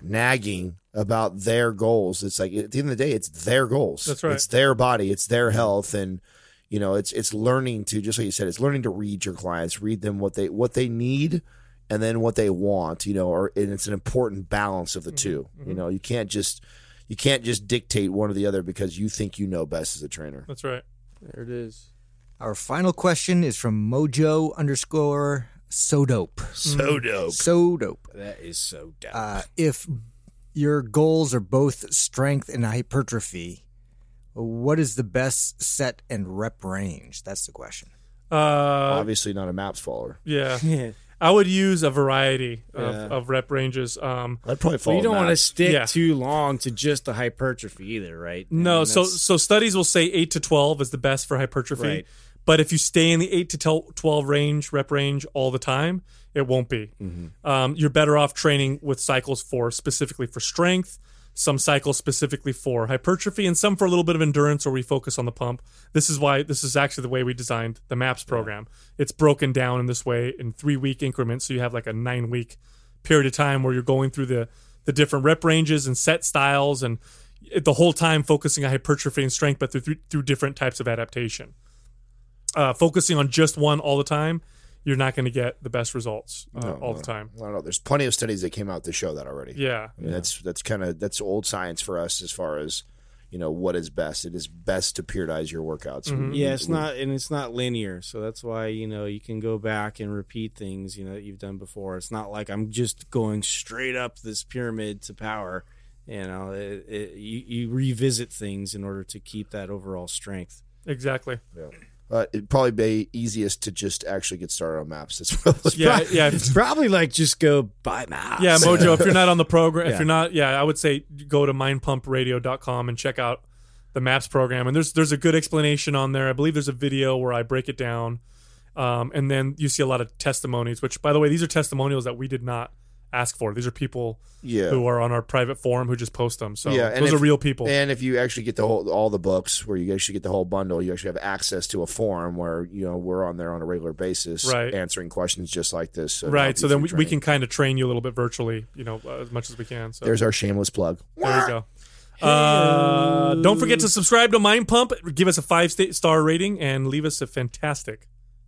S4: nagging about their goals. It's like at the end of the day, it's their goals.
S1: That's right.
S4: It's their body. It's their health, and you know, it's it's learning to just like you said, it's learning to read your clients, read them what they what they need. And then what they want, you know, or and it's an important balance of the 2 You know, you can't just you can't just dictate one or the other because you think you know best as a trainer.
S1: That's right.
S3: There it is.
S2: Our final question is from Mojo underscore so dope.
S4: So dope.
S2: So dope.
S3: That is so dope.
S2: Uh, if your goals are both strength and hypertrophy, what is the best set and rep range? That's the question.
S1: Uh,
S4: Obviously not a maps follower.
S1: yeah.
S4: (laughs)
S1: I would use a variety of, of rep ranges. Um,
S4: I'd probably follow.
S3: Well, you don't want to
S4: Maps.
S3: stick
S1: Yeah.
S3: too long to just the hypertrophy either, right?
S1: no,
S3: I mean,
S1: so
S3: that's-
S1: so studies will say eight to twelve is the best for hypertrophy,
S3: Right.
S1: but if you stay in the eight to tel- twelve range rep range all the time, it won't be.
S3: Mm-hmm.
S1: Um, you're better off training with cycles for specifically for strength, some cycles specifically for hypertrophy, and some for a little bit of endurance or we focus on the pump. This is why this is actually the way we designed the MAPS program. It's broken down in this way in three week increments, so you have like a nine week period of time where you're going through the the different rep ranges and set styles and it- the whole time focusing on hypertrophy and strength, but through through, through different types of adaptation. Uh, focusing on just one all the time, you're not going to get the best results uh, all the time.
S4: I don't know. There's plenty of studies that came out that show that already.
S1: Yeah,
S4: I mean, that's that's kind of that's old science for us as far as you know what is best. It is best to periodize your workouts. We-
S3: yeah, it's
S4: we-
S3: not and it's not linear, so that's why you know you can go back and repeat things you know that you've done before. It's not like I'm just going straight up this pyramid to power. You know, it, it, you, you revisit things in order to keep that overall strength.
S1: exactly.
S4: Uh, it'd probably be easiest to just actually get started on maps. That's probably
S1: Yeah, yeah, if-
S3: It's probably like just go buy maps. (laughs)
S1: yeah. Mojo, if you're not on the program, if
S3: Yeah.
S1: you're not, yeah, I would say go to mindpumpradio.com and check out the maps program. And there's there's a good explanation on there. I believe there's a video where I break it down, um, and then you see a lot of testimonies. Which, by the way, these are testimonials that we did not ask for. These are people
S4: yeah.
S1: who are on our private forum who just post them. So
S4: yeah, and
S1: those
S4: if-
S1: are real people.
S4: And if you actually get the whole all the books, where you actually get the whole bundle, you actually have access to a forum where you know we're on there on a regular basis,
S1: Right.
S4: Answering questions just like this, so
S1: right. So then we, we can
S4: can.
S1: kind of train you a little bit virtually, you know, uh, as much as we can. So
S4: There's our shameless plug.
S1: there you go. Uh, don't forget to subscribe to Mind Pump. Give us a five sta- star rating and leave us a fantastic